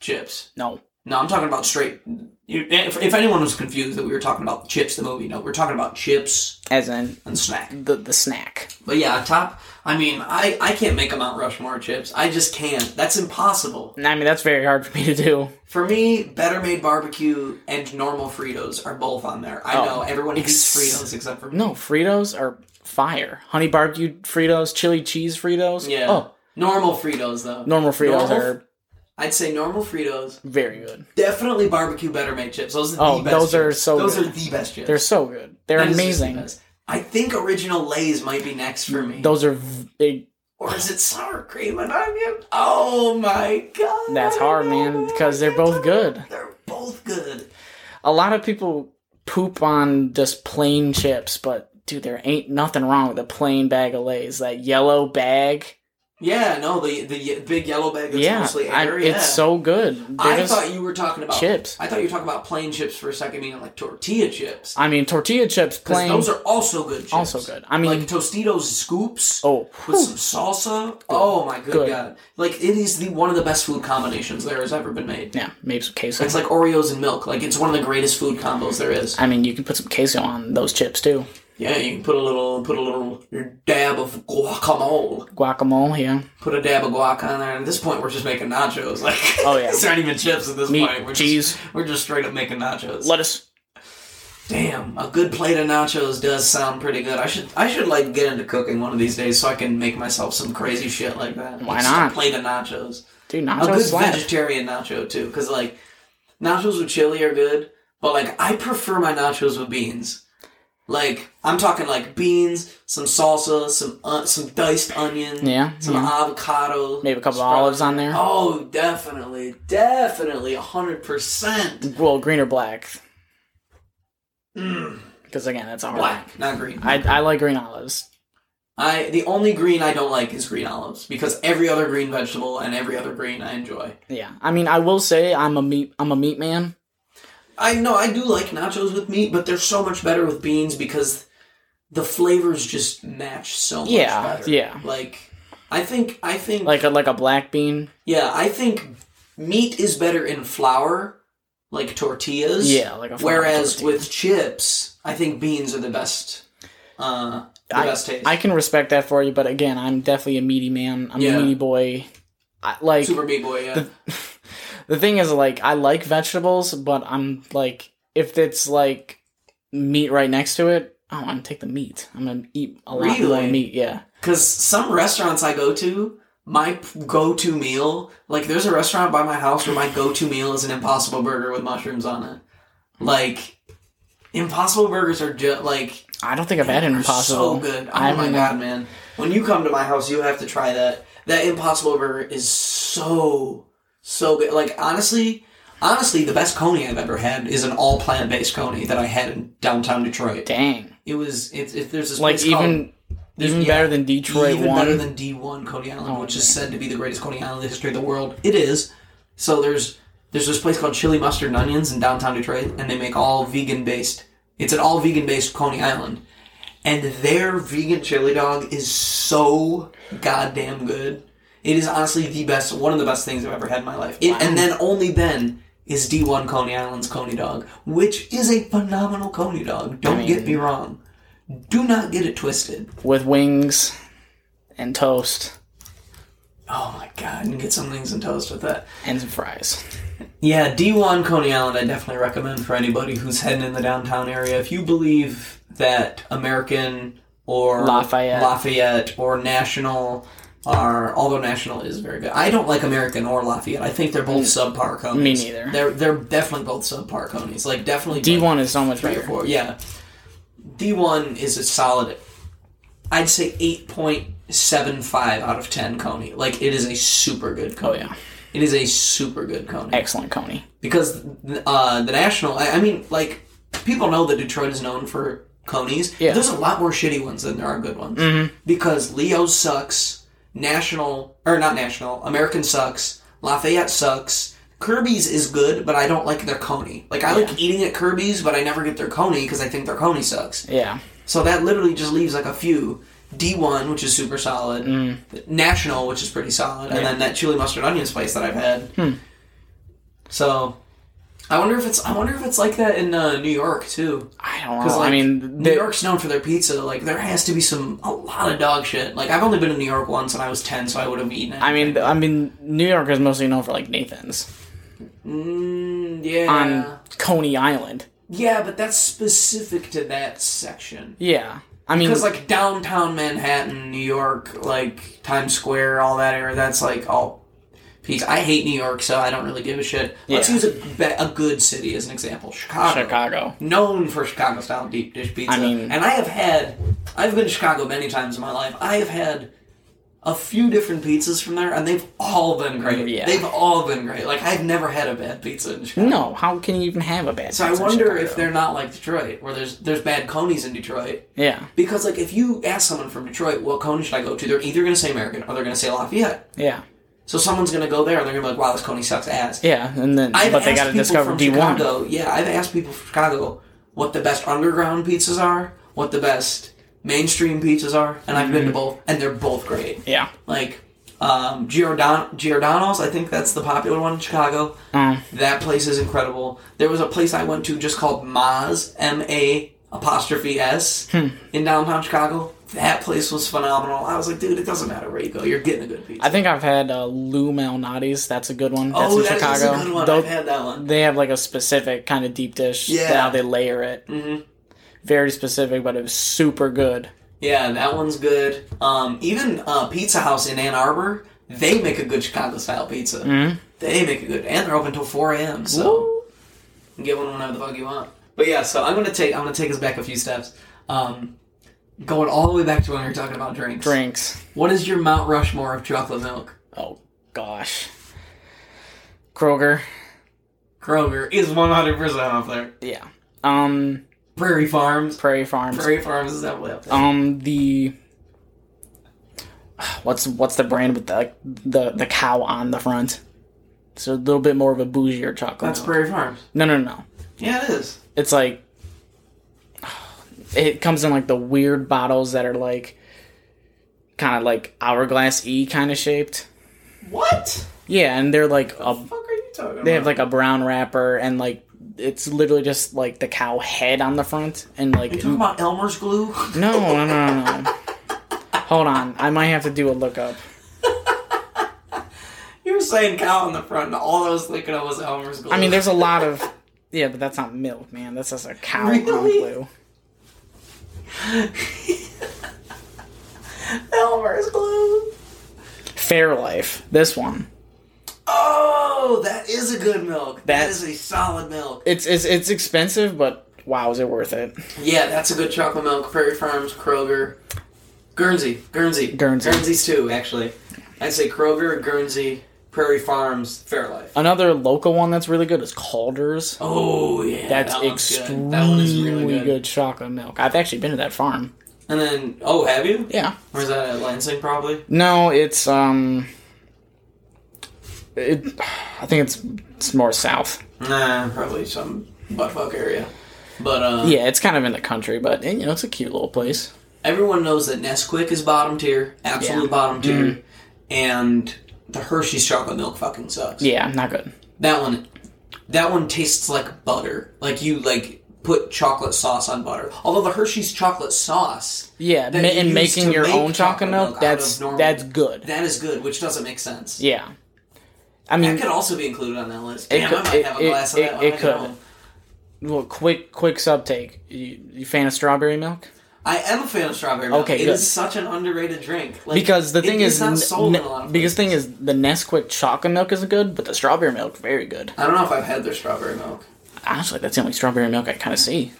Chips. No, No, I'm talking about straight. You, if, if anyone was confused that we were talking about Chips the movie, no, we're talking about chips as in and snack. the the snack. But yeah, top. I mean, I I can't make a Mount Rushmore of chips. I just can't. That's impossible And I mean, that's very hard for me to do. for me. Better made barbecue and normal Fritos are both on there. I Oh. know everyone hates Ex- Fritos except for me. No, Fritos are fire. Honey barbecue Fritos, chili cheese Fritos. Yeah. Oh, Normal Fritos though. normal Fritos Normal- are I'd say normal Fritos. very good. Definitely barbecue better made chips. Those are the Oh, best. those are chips. so Those good. are the best chips. They're so good. They're That is just the amazing. best. I think original Lay's might be next for me. Those are v- they, or is it sour cream and onion? Oh my god. that's hard, man, because they're both good. They're both good. A lot of people poop on just plain chips, but dude, there ain't nothing wrong with a plain bag of Lay's. That yellow bag, Yeah, no, the the ye- big yellow bag that's yeah, mostly I- air. yeah. it's so good. They're I just- thought you were talking about chips. I thought you were talking about plain chips for a second, meaning like tortilla chips. I mean, tortilla chips, 'Cause plain, those are also good chips. also good. I mean, like Tostitos scoops oh, with some salsa. Oh my good, Good. god! Like it is the one of the best food combinations there has ever been made. yeah, maybe some queso. It's like Oreos and milk. Like it's one of the greatest food combos there is. I mean, you can put some queso on those chips too. Yeah, you can put a little put a little dab of guacamole. Guacamole, yeah, Put a dab of guac on there. At this point, we're just making nachos. Like, Oh, yeah. these aren't even chips at this meat, point. We're cheese, just, we're just straight up making nachos. lettuce. Damn, a good plate of nachos does sound pretty good. I should I should like get into cooking one of these days so I can make myself some crazy shit like that. Why Like, just not? A plate of nachos. Dude, a good nachos slap. vegetarian nacho too, because like nachos with chili are good, but like I prefer my nachos with beans. Like I'm talking like beans, some salsa, some uh, some diced onion, Yeah, some yeah. avocado, Maybe a couple of sprouts. olives on there. Oh, definitely, definitely, hundred percent Well, green or black. Because again, that's a hard. Mm. black, not green. I I like green olives. I the only green I don't like is green olives because every other green vegetable and every other green I enjoy. Yeah, I mean, I will say I'm a meat I'm a meat man. I know I do like nachos with meat, but they're so much better with beans because the flavors just match so much Yeah, better. yeah. Like I think I think Like a like a black bean. yeah, I think meat is better in flour, like tortillas. Yeah, like a. flour Whereas tortilla. with chips, I think beans are the best uh the I- best taste. I can respect that for you, but again, I'm definitely a meaty man. I'm Yeah. a meaty boy. I, like Super meat boy, yeah. the thing is, like I like vegetables, but I'm like if it's like meat right next to it, oh, I'm gonna take the meat. I'm gonna eat a lot more Really? meat. Yeah, Because some restaurants I go to, my p- go-to meal, like there's a restaurant by my house where my go-to meal is an Impossible Burger with mushrooms on it. Like, Impossible Burgers are just like I don't think I've had an are impossible. so good. Oh I my haven't- god, man! When you come to my house, you have to try that. That Impossible Burger is so so good. Like honestly, honestly, the best coney I've ever had is an all plant-based coney that I had in downtown Detroit. Dang. It was it's if there's this Like place called- even even yeah. better than Detroit even one. better Oh, than D1 Coney Island, which is said to be the greatest Coney Island in the history of the world. It is. So there's There's this place called Chili Mustard and Onions in downtown Detroit, and they make all vegan based. It's an all vegan based Coney Island, and their vegan chili dog is so goddamn good. It is honestly the best, one of the best things I've ever had in my life. It, And then only then is D1 Coney Island's Coney dog, which is a phenomenal Coney dog. Don't get me wrong. Do not get it twisted. with wings and toast Oh my god, and get some wings and toast with that. and some fries. Yeah, D1 Coney Island, I definitely recommend for anybody who's heading in the downtown area. If you believe that American or Lafayette. Lafayette or National are, although National is very good, I don't like American or Lafayette. I think they're both subpar conies. Mm. me neither. They're they're definitely both subpar conies. Like definitely D one is so much three or better. four. Yeah, D one is a solid. I'd say eight point seven five out of ten Coney. Like it is a super good Coney. yeah. It is a super good Coney Excellent Coney. because uh, the national. I, I mean, like people know that Detroit is known for conies. Yeah. There's a lot more shitty ones than there are good ones because Leo sucks. National or not national? American sucks. Lafayette sucks. Kirby's is good, but I don't like their coney. Like I like eating at Kirby's, but I never get their coney because I think their coney sucks. Yeah. So that literally just leaves like a few. D1, which is super solid. Mm. National, which is pretty solid. And then that chili mustard onion spice that I've had. Hmm. So I wonder if it's I wonder if it's like that in uh, New York too. I don't know. 'Cause, like, Oh, I mean, New the- York's known for their pizza. Like there has to be some a lot of dog shit. Like I've only been in New York once and I was 10, so I would have eaten it. I mean, I mean, New York is mostly known for like Nathan's Mm, yeah. on Coney Island. yeah, but that's specific to that section. Yeah. I mean, Because like downtown Manhattan, New York, like Times Square, all that area, that's like all peace. I hate New York, so I don't really give a shit. Let's Yeah. use a, be- a good city as an example. Chicago, Chicago. known for Chicago style deep dish pizza. I mean- and I have had, I've been to Chicago many times in my life. I have had a few different pizzas from there, and they've all been great. Oh, Yeah. They've all been great. Like I've never had a bad pizza in Chicago. No, how can you even have a bad? So I pizza in wonder if Chicago? they're not like Detroit, where there's there's bad conies in Detroit. Yeah. Because like if you ask someone from Detroit, what Coney should I go to? They're either gonna say American or they're gonna say Lafayette. Yeah. So someone's gonna go there and they're gonna be like, wow, this Coney sucks ass. Yeah. And then, I've but they asked got to people discover from D one. Chicago- Yeah, I've asked people from Chicago what the best underground pizzas are, what the best mainstream pizzas are, and I've been Mm-hmm. to both, and they're both great. Yeah. Like um, Giordano, Giordano's, I think that's the popular one in Chicago. Um, That place is incredible. There was a place I went to just called Maz, M A apostrophe S, Hmm. in downtown Chicago. That place was phenomenal. I was like, dude, it doesn't matter where you go, you're getting a good pizza. I think I've had uh, Lou Malnati's. That's a good one. That's oh, in that is Chicago. a good one. Tho- I've had that one. they have like a specific kind of deep dish. Yeah. How they layer it. Mm-hmm. Very specific, but it was super good. Yeah, that one's good. Um, even uh, Pizza House in Ann Arbor, they make a good Chicago style pizza. Mm. They make a good, and they're open till four a.m. So. and get one whenever the fuck you want. But yeah, so I'm gonna take I'm gonna take us back a few steps. Um, going all the way back to when we were talking about drinks. Drinks. What is your Mount Rushmore of chocolate milk? Oh gosh. Kroger. Kroger is 100 percent up there. Yeah. Um. Prairie Farms. Prairie Farms. Prairie Farms is definitely up there. Um. The. What's what's the brand with the the the cow on the front? It's a little bit more of a bougier chocolate. That's milk. Prairie Farms. No, no, no. Yeah, it is. It's like it comes in like the weird bottles that are like kind of like hourglass e kind of shaped. What? Yeah, and they're like a fuck are you talking about? they have like a brown wrapper and like it's literally just like the cow head on the front and like you talking about Elmer's glue? no no no no. no. Hold on, I might have to do a lookup. you were saying cow on the front, and all I was thinking of was Elmer's glue. I mean, there's a lot of yeah, but that's not milk, man. That's just a cow on Really? glue. Elmer's glue. Fairlife, this one. Oh, that is a good milk. that That- is a solid milk. It's it's it's expensive, but wow, is it worth it? Yeah, that's a good chocolate milk. Prairie Farms, Kroger, Guernsey, Guernsey, Guernsey. Guernsey's too. Actually, I'd say Kroger, Guernsey, Prairie Farms, Fairlife. Another local one that's really good is Calder's. Oh yeah, That's that one's extremely good. That one is really good. good. chocolate milk. I've actually been to that farm. And then, oh, have you? Yeah. Or is that at Lansing? Probably. No, it's um It, I think it's it's more south. Nah, probably some buttfuck area. But uh, Yeah, it's kind of in the country, but you know, it's a cute little place. everyone knows that Nesquik is bottom tier, absolute Yeah. Mm-hmm. bottom tier, and the Hershey's chocolate milk fucking sucks. Yeah, not good. That one, that one tastes like butter. Like you like put chocolate sauce on butter. Although the Hershey's chocolate sauce, Yeah, That ma- you and use to making your make own chocolate chocolate milk out milk, of that's normal- that's good. that is good, which doesn't make sense. yeah, I mean, That could also be included on that list. It Damn, I could- might it- have a it- glass it- of that when it I get could. home. well, quick quick subtake. You, you fan of strawberry milk? I am a fan of strawberry milk. Okay, it good. is such an underrated drink. Like, Because the it thing is, not n- sold n- in a lot of because places. thing is, the Nesquik chocolate milk is good, but the strawberry milk very good. I don't know if I've had their strawberry milk. Honestly, that's the only strawberry milk I kind of see.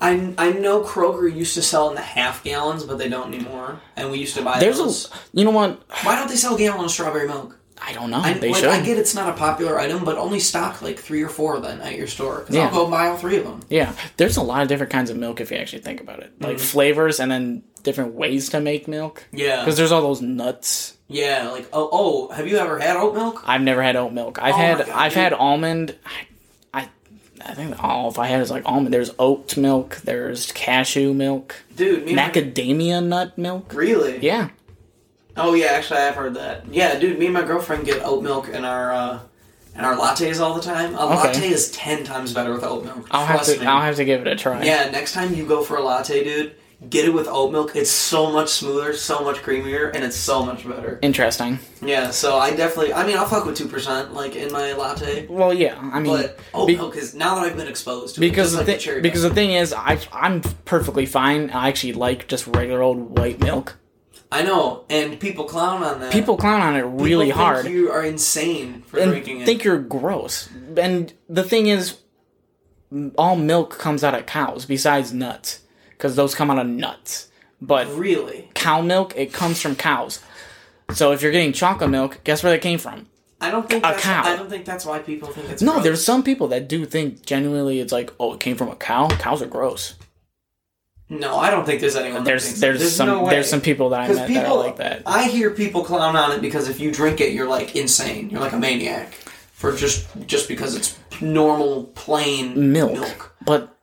I, I know Kroger used to sell in the half gallons, but they don't anymore. And we used to buy There's those. a you know what? Why don't they sell gallon of strawberry milk? I don't know. I, they like, should. I get it's not a popular item, but only stock like three or four of them at your store. 'cause Yeah. I'll go buy all three of them. Yeah, there's a lot of different kinds of milk if you actually think about it, like flavors and then different ways to make milk. Mm-hmm. Yeah. Because there's all those nuts. Yeah, like, oh, oh, have you ever had oat milk? I've never had oat milk. I've Oh my had God, I've dude. had almond. I, I I think all if I had is like almond. There's oat milk. There's cashew milk. Dude, me and my- Macadamia nut milk. Really? Yeah. Oh yeah, actually I've heard that. Yeah, dude, me and my girlfriend get oat milk in our uh in our lattes all the time. A latte is ten times better with oat milk. I'll have Trust to me. I'll have to give it a try. yeah, next time you go for a latte, dude, get it with oat milk. It's so much smoother, so much creamier, and it's so much better. Interesting. Yeah, so I definitely I mean I'll fuck with two percent like in my latte. Well, yeah. I mean, But oat be- milk is now that I've been exposed to it, because just like the thi- the cherry because Pepper. the thing is, I I'm perfectly fine. I actually like just regular old white milk. I know, and people clown on that. People clown on it People really think hard. You are insane for and drinking it. think you're gross. And the thing is, m- all milk comes out of cows besides nuts, because those come out of nuts. But really? cow milk, it comes from cows. So if you're getting chocolate milk, guess where that came from? I don't think A that's, cow. I don't think that's why people think it's No, gross. there's some people that do think genuinely it's like, oh, it came from a cow. Cows are gross. no. I don't think there's anyone. that There's thinks there's, some no way. there's some people that I 'Cause met that people are like that. I hear people clown on it because if you drink it, you're like insane. You're like a maniac for just just because it's normal plain milk, milk. but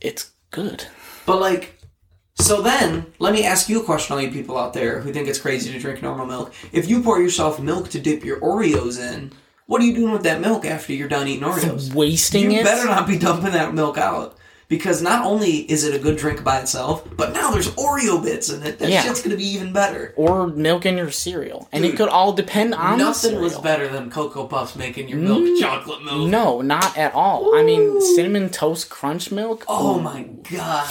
it's good. But like, so then let me ask you a question, all you people out there who think it's crazy to drink normal milk. If you pour yourself milk to dip your Oreos in, what are you doing with that milk after you're done eating Oreos? Wasting You it. better not be dumping that milk out. Because not only is it a good drink by itself, but now there's Oreo bits in it. That Yeah. shit's gonna be even better. or milk in your cereal, and it could all depend on the Nothing cereal. Mm. was better than Cocoa Puffs making your milk chocolate milk. No, not at all. I mean, cinnamon toast crunch milk, Oh my god.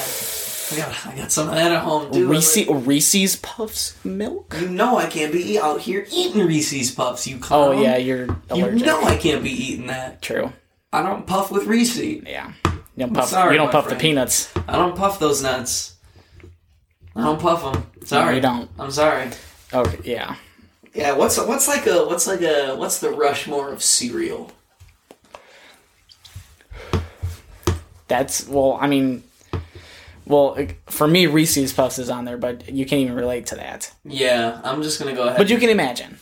I got, I got some of that at home, dude. Reese, Reese's Puffs milk. You know I can't be out here eating Reese's Puffs, you Oh clown. yeah, you're You allergic. know I can't be eating that. True. I don't puff with Reese. I Yeah. You don't puff. sorry, you don't my puff friend. the peanuts. don't puff those nuts. I don't puff them. Sorry, you don't. I'm sorry. Okay. Oh, Yeah. Yeah, what's what's like a what's like a what's the Rushmore of cereal? That's well. I mean, well, it- for me, Reese's Puffs is on there, but you can't even relate to that. Yeah, I'm just gonna go ahead. But you can imagine.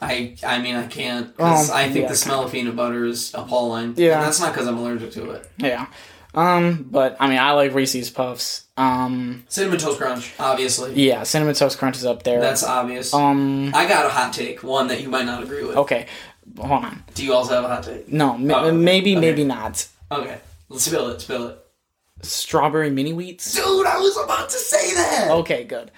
I I mean I can't. 'cause Um, I think yeah. the smell of peanut butter is appalling. Yeah. and that's not because I'm allergic to it. Yeah. Um. But I mean, I like Reese's Puffs. Um. Cinnamon toast crunch, obviously. Yeah. Cinnamon Toast Crunch is up there. That's obvious. um. I got a hot take, one that you might not agree with. Okay. Hold on. Do you also have a hot take? No, m- Oh, okay. maybe, Okay. maybe not. Okay, let's spill it. Spill it, Strawberry mini wheats. dude. I was about to say that. Okay, good.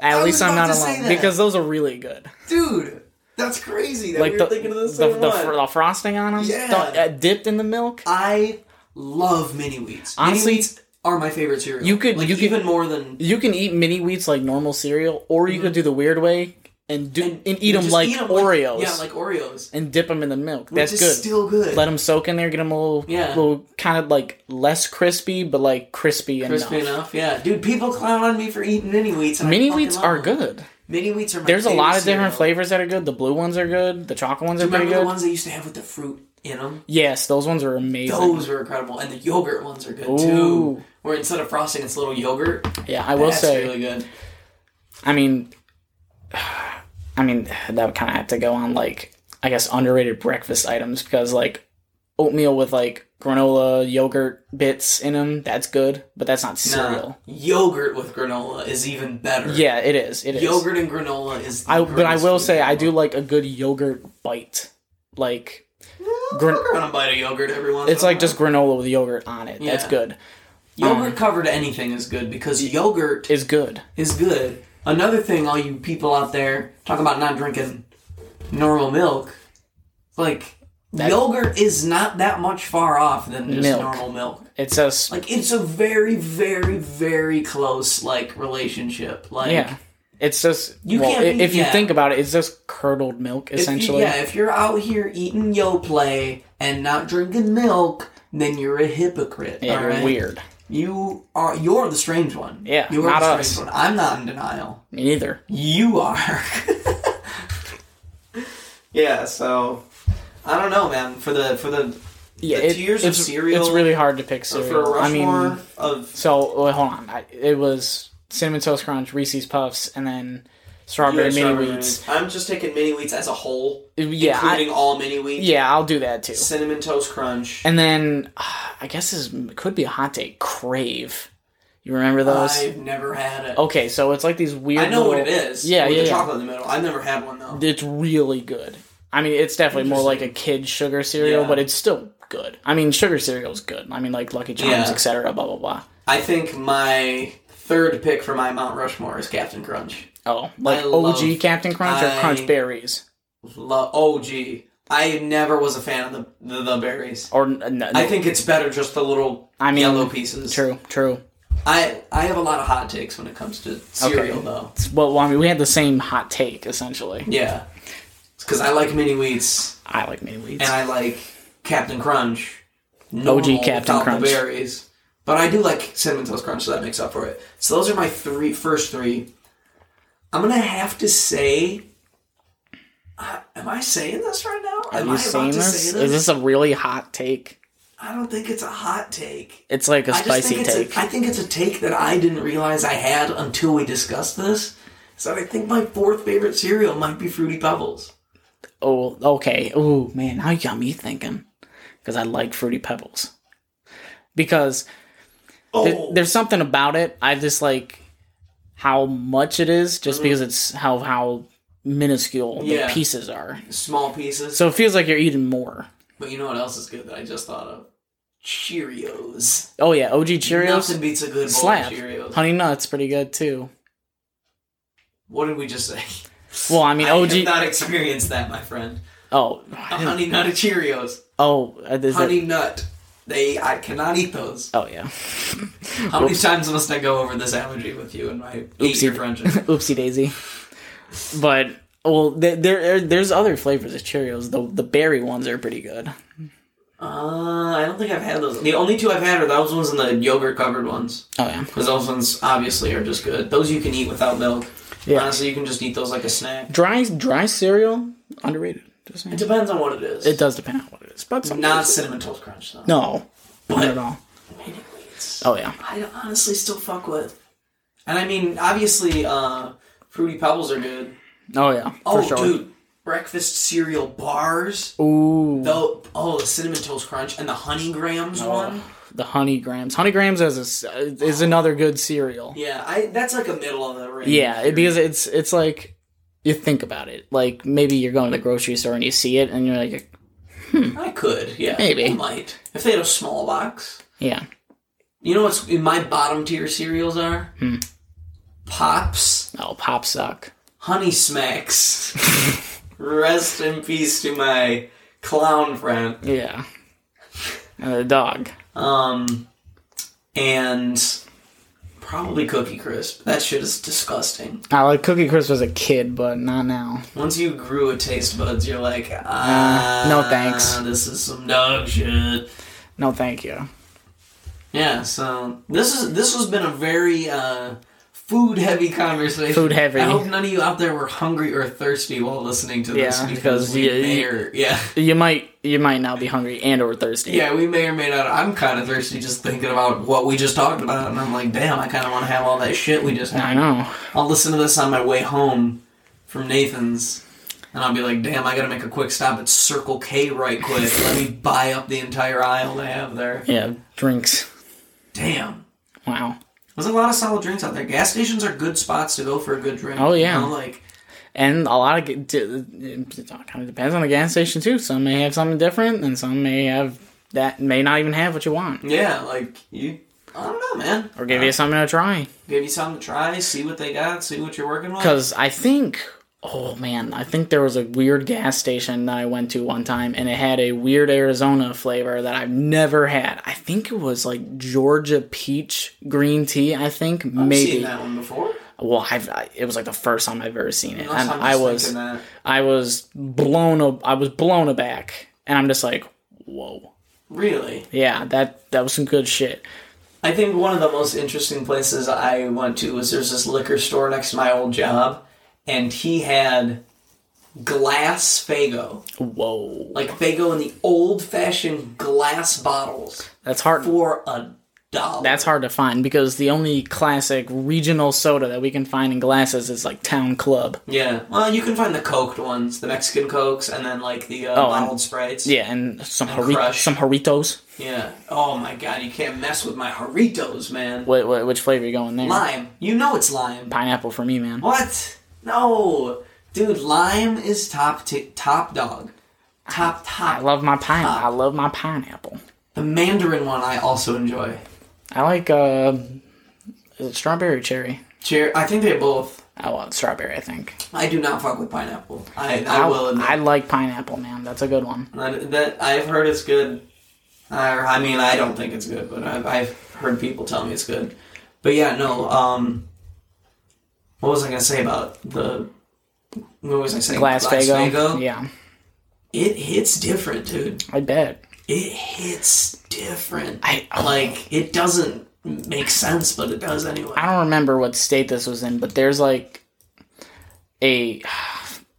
At was least I'm about not to say alone that. because those are really good. Dude, that's crazy that Like we the were thinking of the the, same the, one. fr- the frosting on them, Yeah. dipped in the milk. I love mini wheats. Honestly- mini wheats are my favorite cereal. You could- like you could- even more than You can eat mini wheats like normal cereal, or you could do the weird way and do and, eat Mm-hmm. you them just like eat 'em Oreos yeah, like Oreos. and dip them in the milk. Which That's is good. still good. Let them soak in there, get them a little, Yeah. little kind of like less crispy, but like crispy, Crispy enough. enough, yeah, dude. People clown on me for eating mini wheats. And I Mini fucking wheats love are them. good. Mini wheats are. My There's a lot of different flavors. flavors that are good. The blue ones are good. The chocolate ones are pretty Remember good. the ones they used to have with the fruit in them? Yes, those ones are amazing. Those were incredible, and the yogurt ones are good Ooh. too. Where instead of frosting, it's little yogurt. yeah, I will That's say. really good. I mean, I mean that would kind of have to go on like I guess underrated breakfast items because like oatmeal with like granola yogurt bits in them that's good, but that's not Nah, cereal. yogurt with granola is even better. Yeah, it is. It is. Yogurt and granola is. the I but I greatest will food say in I the do like a good yogurt bite. Like world. gran- Fuck around and bite a yogurt every once. it's in a like while. just granola with yogurt on it. That's Yeah. good. yogurt covered anything is good because yogurt Is good. is good. Another thing, all you people out there talk about not drinking normal milk, like yogurt is not that much far off than just Milk. normal milk. It says Like it's a very, very, very close like relationship. Like yeah. It's just You well, can't i- eat if you that. think about it, it's just curdled milk if you- essentially. yeah, if you're out here eating Yoplait and not drinking milk, then you're a hypocrite. Yeah, all you're right? weird. You are. You're the strange one. Yeah, you're not the us. strange one. I'm not in denial. Me neither. You are. yeah. So I don't know, man. For the for the Yeah, The tiers of it's, cereal- It's really hard to pick for a cereal. I Rushmore mean, of so wait, hold on. I, it was cinnamon toast crunch, Reese's Puffs, and then strawberry mini wheats. I'm just taking mini wheats as a whole, Yeah, I, including all mini wheats. yeah, I'll do that too. Cinnamon toast crunch. And then uh, I guess this m- could be a hot take. Crave. You remember those? I've never had it. Okay, so it's like these weird. I know what it little- is. Yeah, with yeah, the yeah. chocolate in the middle. I've never had one though. It's really good. I mean, it's definitely more like a kid sugar cereal, Yeah. but it's still good. I mean, sugar cereal is good. I mean, like Lucky Charms, Yeah. etc. Blah blah blah. I think my third pick for my Mount Rushmore is Captain Crunch. Oh, like I OG love- Captain Crunch or I- Crunch Berries Lo- oh, gee. I never was a fan of the the, the berries. or n- n- I think it's better just the little I mean, yellow pieces. True, true. I I have a lot of hot takes when it comes to cereal though. It's- Well, I mean, we had the same hot take essentially. Yeah, because I like mini wheats I like mini wheats. and I like Captain Crunch. OG Captain without Crunch. The berries, but I do like cinnamon toast crunch, so that makes up for it. So those are my three first three. I'm gonna have to say. I- Am I saying this right now? Are Am you I saying this? Is this a really hot take? I don't think it's a hot take. It's like a I just spicy think it's take. A, I think it's a take that I didn't realize I had until we discussed this. So I think my fourth favorite cereal might be Fruity Pebbles. oh, okay. Oh man, now you got me thinking because I like fruity pebbles. Because Oh, there- there's something about it. I just like how much it is, just because it's how how minuscule Mm-hmm. Yeah. the pieces are. small pieces. So it feels like you're eating more. but you know what else is good that I just thought of? Cheerios. Oh yeah, OG Cheerios, Nothing beats a good bowl slap, of Cheerios. Honey Nuts, pretty good too. What did we just say? Well, I mean I have OG. not experienced that, my friend. oh, A honey nut of Cheerios. oh, uh, is it? Honey nut. They, I cannot eat those. Oh yeah. How many times must I go over this allergy with you and my eight-year friendship? Oopsie daisy. But well, there, there er, there's other flavors of Cheerios. The the berry ones are pretty good. Uh, I don't think I've had those. The only two I've had are those ones and the yogurt covered ones. Oh yeah, Because those ones obviously are just good. Those you can eat without milk. Yeah. Honestly, you can just eat those like a snack. dry dry cereal underrated. Just saying. It depends on what it is. It does depend on what it is, but some Not cinnamon toast crunch though. no, not at all. Mini wheats. Oh yeah, I honestly still fuck with. And I mean, obviously, uh, fruity pebbles are good. oh yeah, for Oh, sure. dude, breakfast cereal bars. Ooh, Though, oh, the cinnamon toast crunch and the honey grams one. the Honey Grams. Honey Grams is a s is another good cereal. Yeah, I that's like a middle of the range. Yeah, it, because it's it's like you think about it. Like maybe you're going to the grocery store and you see it, and you're like, I could. Yeah, Maybe. I might if they had a small box. yeah, You know what's in my bottom tier cereals are? Hmm. Pops, oh pop suck. Honey Smacks. Rest in peace to my clown friend. Yeah. And the dog. Um, and probably Cookie Crisp. That shit is disgusting. I like Cookie Crisp as a kid, but not now. Once you grew a taste buds, you're like, ah, Uh, no thanks. This is some dog shit. No, thank you. Yeah, so this is this has been a very uh, food heavy conversation. Food heavy. I hope none of you out there were hungry or thirsty while listening to this Yeah, because because we you- you- may or yeah You might you might now be hungry and or thirsty. yeah we may or may not. I'm kind of thirsty just thinking about what we just talked about, and I'm like, damn, I kind of want to have all that shit we just I had. know. I'll listen to this on my way home from Nathan's and I'll be like, damn, I gotta make a quick stop at Circle K right quick. Let me buy up the entire aisle they have there. Yeah, drinks. Damn. Wow. There's a lot of solid drinks out there. Gas stations are good spots to go for a good drink. Oh, yeah. You know, like, And a lot of g- d- it kind of depends on the gas station too. Some may have something different, and some may have that may not even have what you want, yeah, like, you. I don't know, man. or give you something to try. Give you something to try, see what they got, see what you're working with. Because I think, oh man, I think there was a weird gas station that I went to one time, and it had a weird Arizona flavor that I've never had. I think it was like Georgia peach green tea. I think Maybe. Seen maybe. that one before? Well, I've I, it was like the first time I've ever seen it, Unless and I'm I just was thinking that. I was blown a, I was blown aback, and I'm just like, whoa, Really? yeah, that that was some good shit. I think one of the most interesting places I went to was there's this liquor store next to my old job, and he had glass Fago. Whoa, Like Fago in the old fashioned glass bottles that's hard. for a dollar. That's hard to find because the only classic regional soda that we can find in glasses is like Town Club. yeah. Well, you can find the coked ones, the Mexican cokes, and then like the uh, and- bottled sprites. Oh, Yeah, and some Jori- Crush. some Horitos. Yeah. Oh my god, you can't mess with my Haritos, man. What, what, which flavor you going there? Lime. You know it's lime. Pineapple for me, man. What? No, dude. Lime is top ti top dog. Top I top. love my pine. Ah. I love my pineapple. The Mandarin one I also enjoy. I like uh, is it strawberry cherry? Cheer. I think they both. I want strawberry. I think. I do not fuck with pineapple. I, I will admit I like pineapple, man. That's a good one. that, that I've heard it's good. I, I mean, I don't think it's good, but I've, I've heard people tell me it's good. But yeah, no. Um, what was I gonna say about the? What was I saying? Glass, Fago. Fago? Yeah, It hits different, dude. I bet. It hits different. I oh. like it doesn't make sense, but it does anyway. I don't remember what state this was in, but there's like a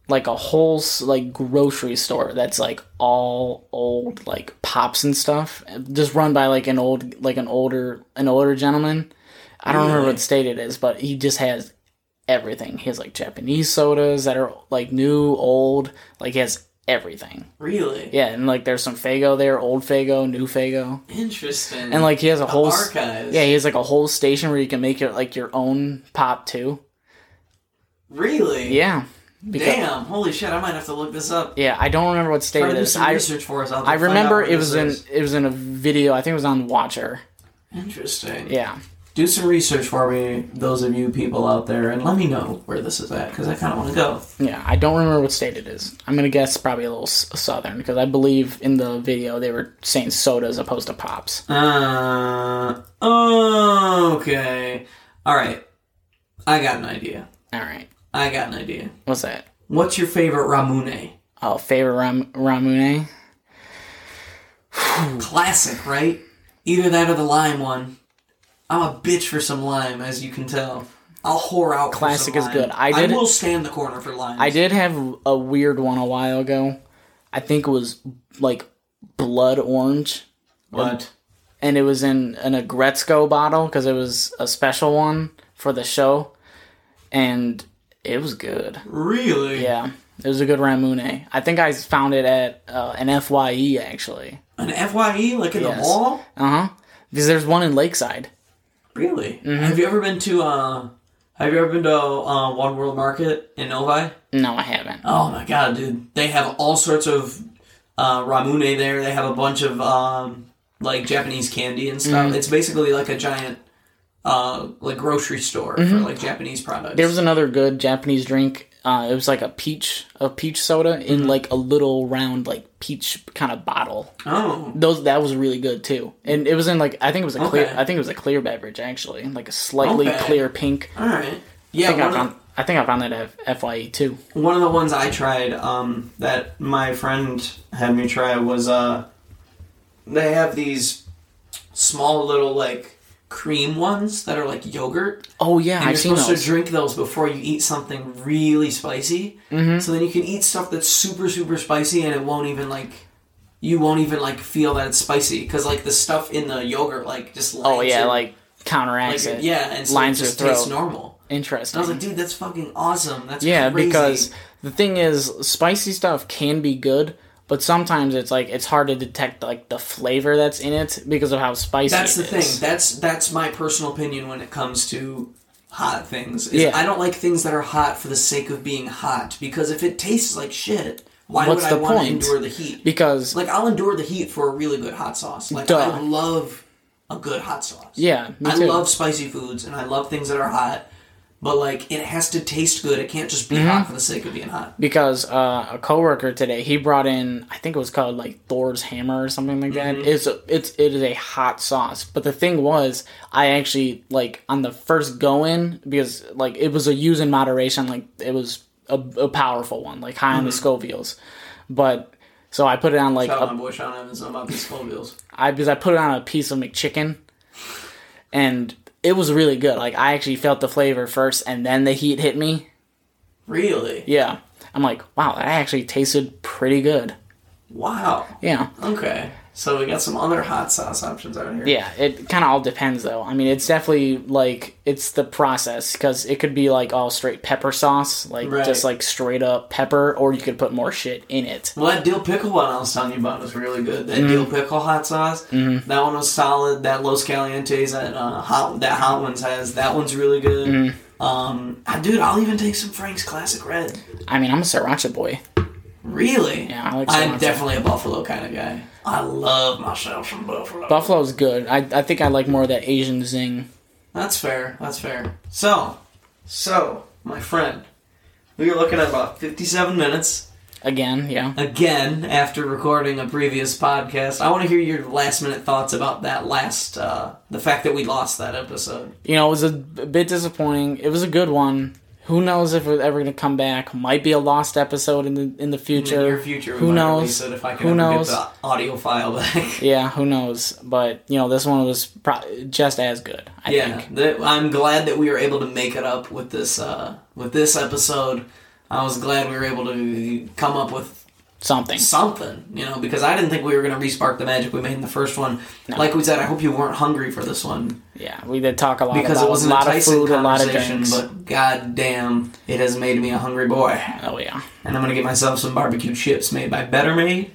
like a whole s- like grocery store that's like all old like pops and stuff, just run by like an old like an older an older gentleman. I don't remember what state it is, but he just has everything. He has like Japanese sodas that are like new, old, like he has everything. Really Yeah, and like there's some Fago there, old Fago, new Fago. interesting. And like he has a whole s- archives. yeah, he has like a whole station where you can make your like your own pop too. Really. Yeah. Because, Damn. Holy shit! I might have to look this up. Yeah, I don't remember what state Try it to do is. some I, research for us. I'll I find out remember where it this was in is. it was in a video. I think it was on Watcher. Interesting. Yeah. Do some research for me, those of you people out there, and let me know where this is at because I kind of want to go. Yeah, I don't remember what state it is. I'm going to guess probably a little s- southern because I believe in the video they were saying soda as opposed to pops. Uh. Okay. All right. I got an idea. All right. I got an idea. What's that? What's your favorite Ramune? Oh, favorite ram- ramune? Classic, right? Either that or the lime one. I'm a bitch for some lime, as you can tell. I'll whore out. for some Classic is lime. good. I did- will stand the corner for lime. I did have a weird one a while ago. I think it was like blood orange, What? and it was in an Agretzko bottle because it was a special one for the show, and it was good. Really? Yeah, it was a good Ramune. I think I found it at uh, an Fye actually. An Fye, like in the Yes. mall? Uh huh. Because there's one in Lakeside. Really? Mm-hmm. Have you ever been to? uh Have you ever been to uh, One World Market in Novi? No, I haven't. Oh my god, dude! They have all sorts of uh, ramune there. They have a bunch of um, like Japanese candy and stuff. Mm-hmm. It's basically like a giant uh, like grocery store for like Japanese products. Mm-hmm. There was another good Japanese drink. Uh, it was like a peach, a peach soda in like a little round like peach kind of bottle. oh, those that was really good too and it was in like i think it was a clear Okay. i think it was a clear beverage actually like a slightly Okay. clear pink all right. i Yeah, think i one found of, i think i found that at E, fye too one of the ones I tried um, that my friend had me try was uh, they have these small little like cream ones that are like yogurt. oh yeah And i've you're seen supposed to those drink those before you eat something really spicy. Mm-hmm. So then you can eat stuff that's super super spicy and it won't even like you won't even like feel that it's spicy because like the stuff in the yogurt like just lines oh yeah your- like counteracts like, it yeah and so it lines your just tastes throat. normal. Interesting. I was like, dude, that's fucking awesome. That's yeah, crazy. because the thing is, spicy stuff can be good, but sometimes it's like it's hard to detect like the flavor that's in it because of how spicy. that's the it thing. is. That's that's my personal opinion when it comes to hot things. is Yeah. I don't like things that are hot for the sake of being hot because if it tastes like shit, why What's would I the want to point? endure the heat? Because like I'll endure the heat for a really good hot sauce. Like Duh. I love a good hot sauce. yeah, me I too. love spicy foods and I love things that are hot, but like it has to taste good. It can't just Mm-hmm. be hot for the sake of being hot. because uh, a coworker today he brought in I think it was called like Thor's hammer or something like that. It's a, it's it is a hot sauce. But the thing was, I actually like on the first go in because like it was a use in moderation. Like it was a, a powerful one, like high on the Scovilles. But so I put it on like Shout a, out my boy Sean Evans I'm about these phone bills. I because I put it on a piece of McChicken, and it was really good. Like I actually felt the flavor first, and then the heat hit me. Really? Yeah, I'm like, wow, that actually tasted pretty good. Wow. Yeah, Okay. So we got some other hot sauce options out here. yeah. It kind of all depends, though. I mean, it's definitely like it's the process because it could be like all straight pepper sauce, like Right. just like straight up pepper, or you could put more shit in it. Well, that dill pickle one I was telling you about was really good. That dill Mm. pickle hot sauce, Mm-hmm. that one was solid. That Los Calientes, that uh, hot, that hot ones has that one's really good. Mm-hmm. Um, I, dude, I'll even take some Frank's Classic Red. I mean, I'm a sriracha boy. Really? Yeah, I like I'm sriracha. definitely a buffalo kind of guy. I love myself some buffalo. Buffalo's good. I I think I like more of that Asian zing. That's fair. That's fair. So, so my friend, we were looking at about 57 minutes Again, yeah. again after recording a previous podcast. I want to hear your last minute thoughts about that last, uh, the fact that we lost that episode. you know, it was a b- bit disappointing. It was a good one. Who knows if we're ever going to come back? Might be a lost episode in the in the In the future. near future, we Who might knows? release it if I can Who ever knows? get the audio file back. Yeah, who knows? But you know, this one was pro- just as good. I yeah, think. that, I'm glad that we were able to make it up with this uh, with this episode. I was glad we were able to come up with Something. something, you know, because I didn't think we were going to respark the magic we made in the first one. Like we said, I hope you weren't hungry for this one Yeah, we did talk a lot because about it was a not lot a of Tyson food, a lot of conversation, drinks. but goddamn, it has made me a hungry boy. Oh yeah, And I'm going to get myself some barbecue chips made by Better Made.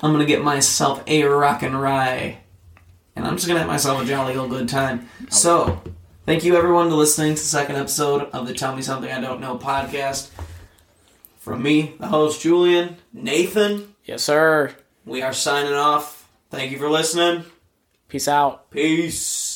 I'm going to get myself a rock and rye. And I'm just going to have myself a jolly old good time. So, thank you everyone to listening to the second episode of the Tell Me Something I Don't Know podcast. From me, the host Julian, Nathan, yes sir. we are signing off. Thank you for listening. Peace out. Peace.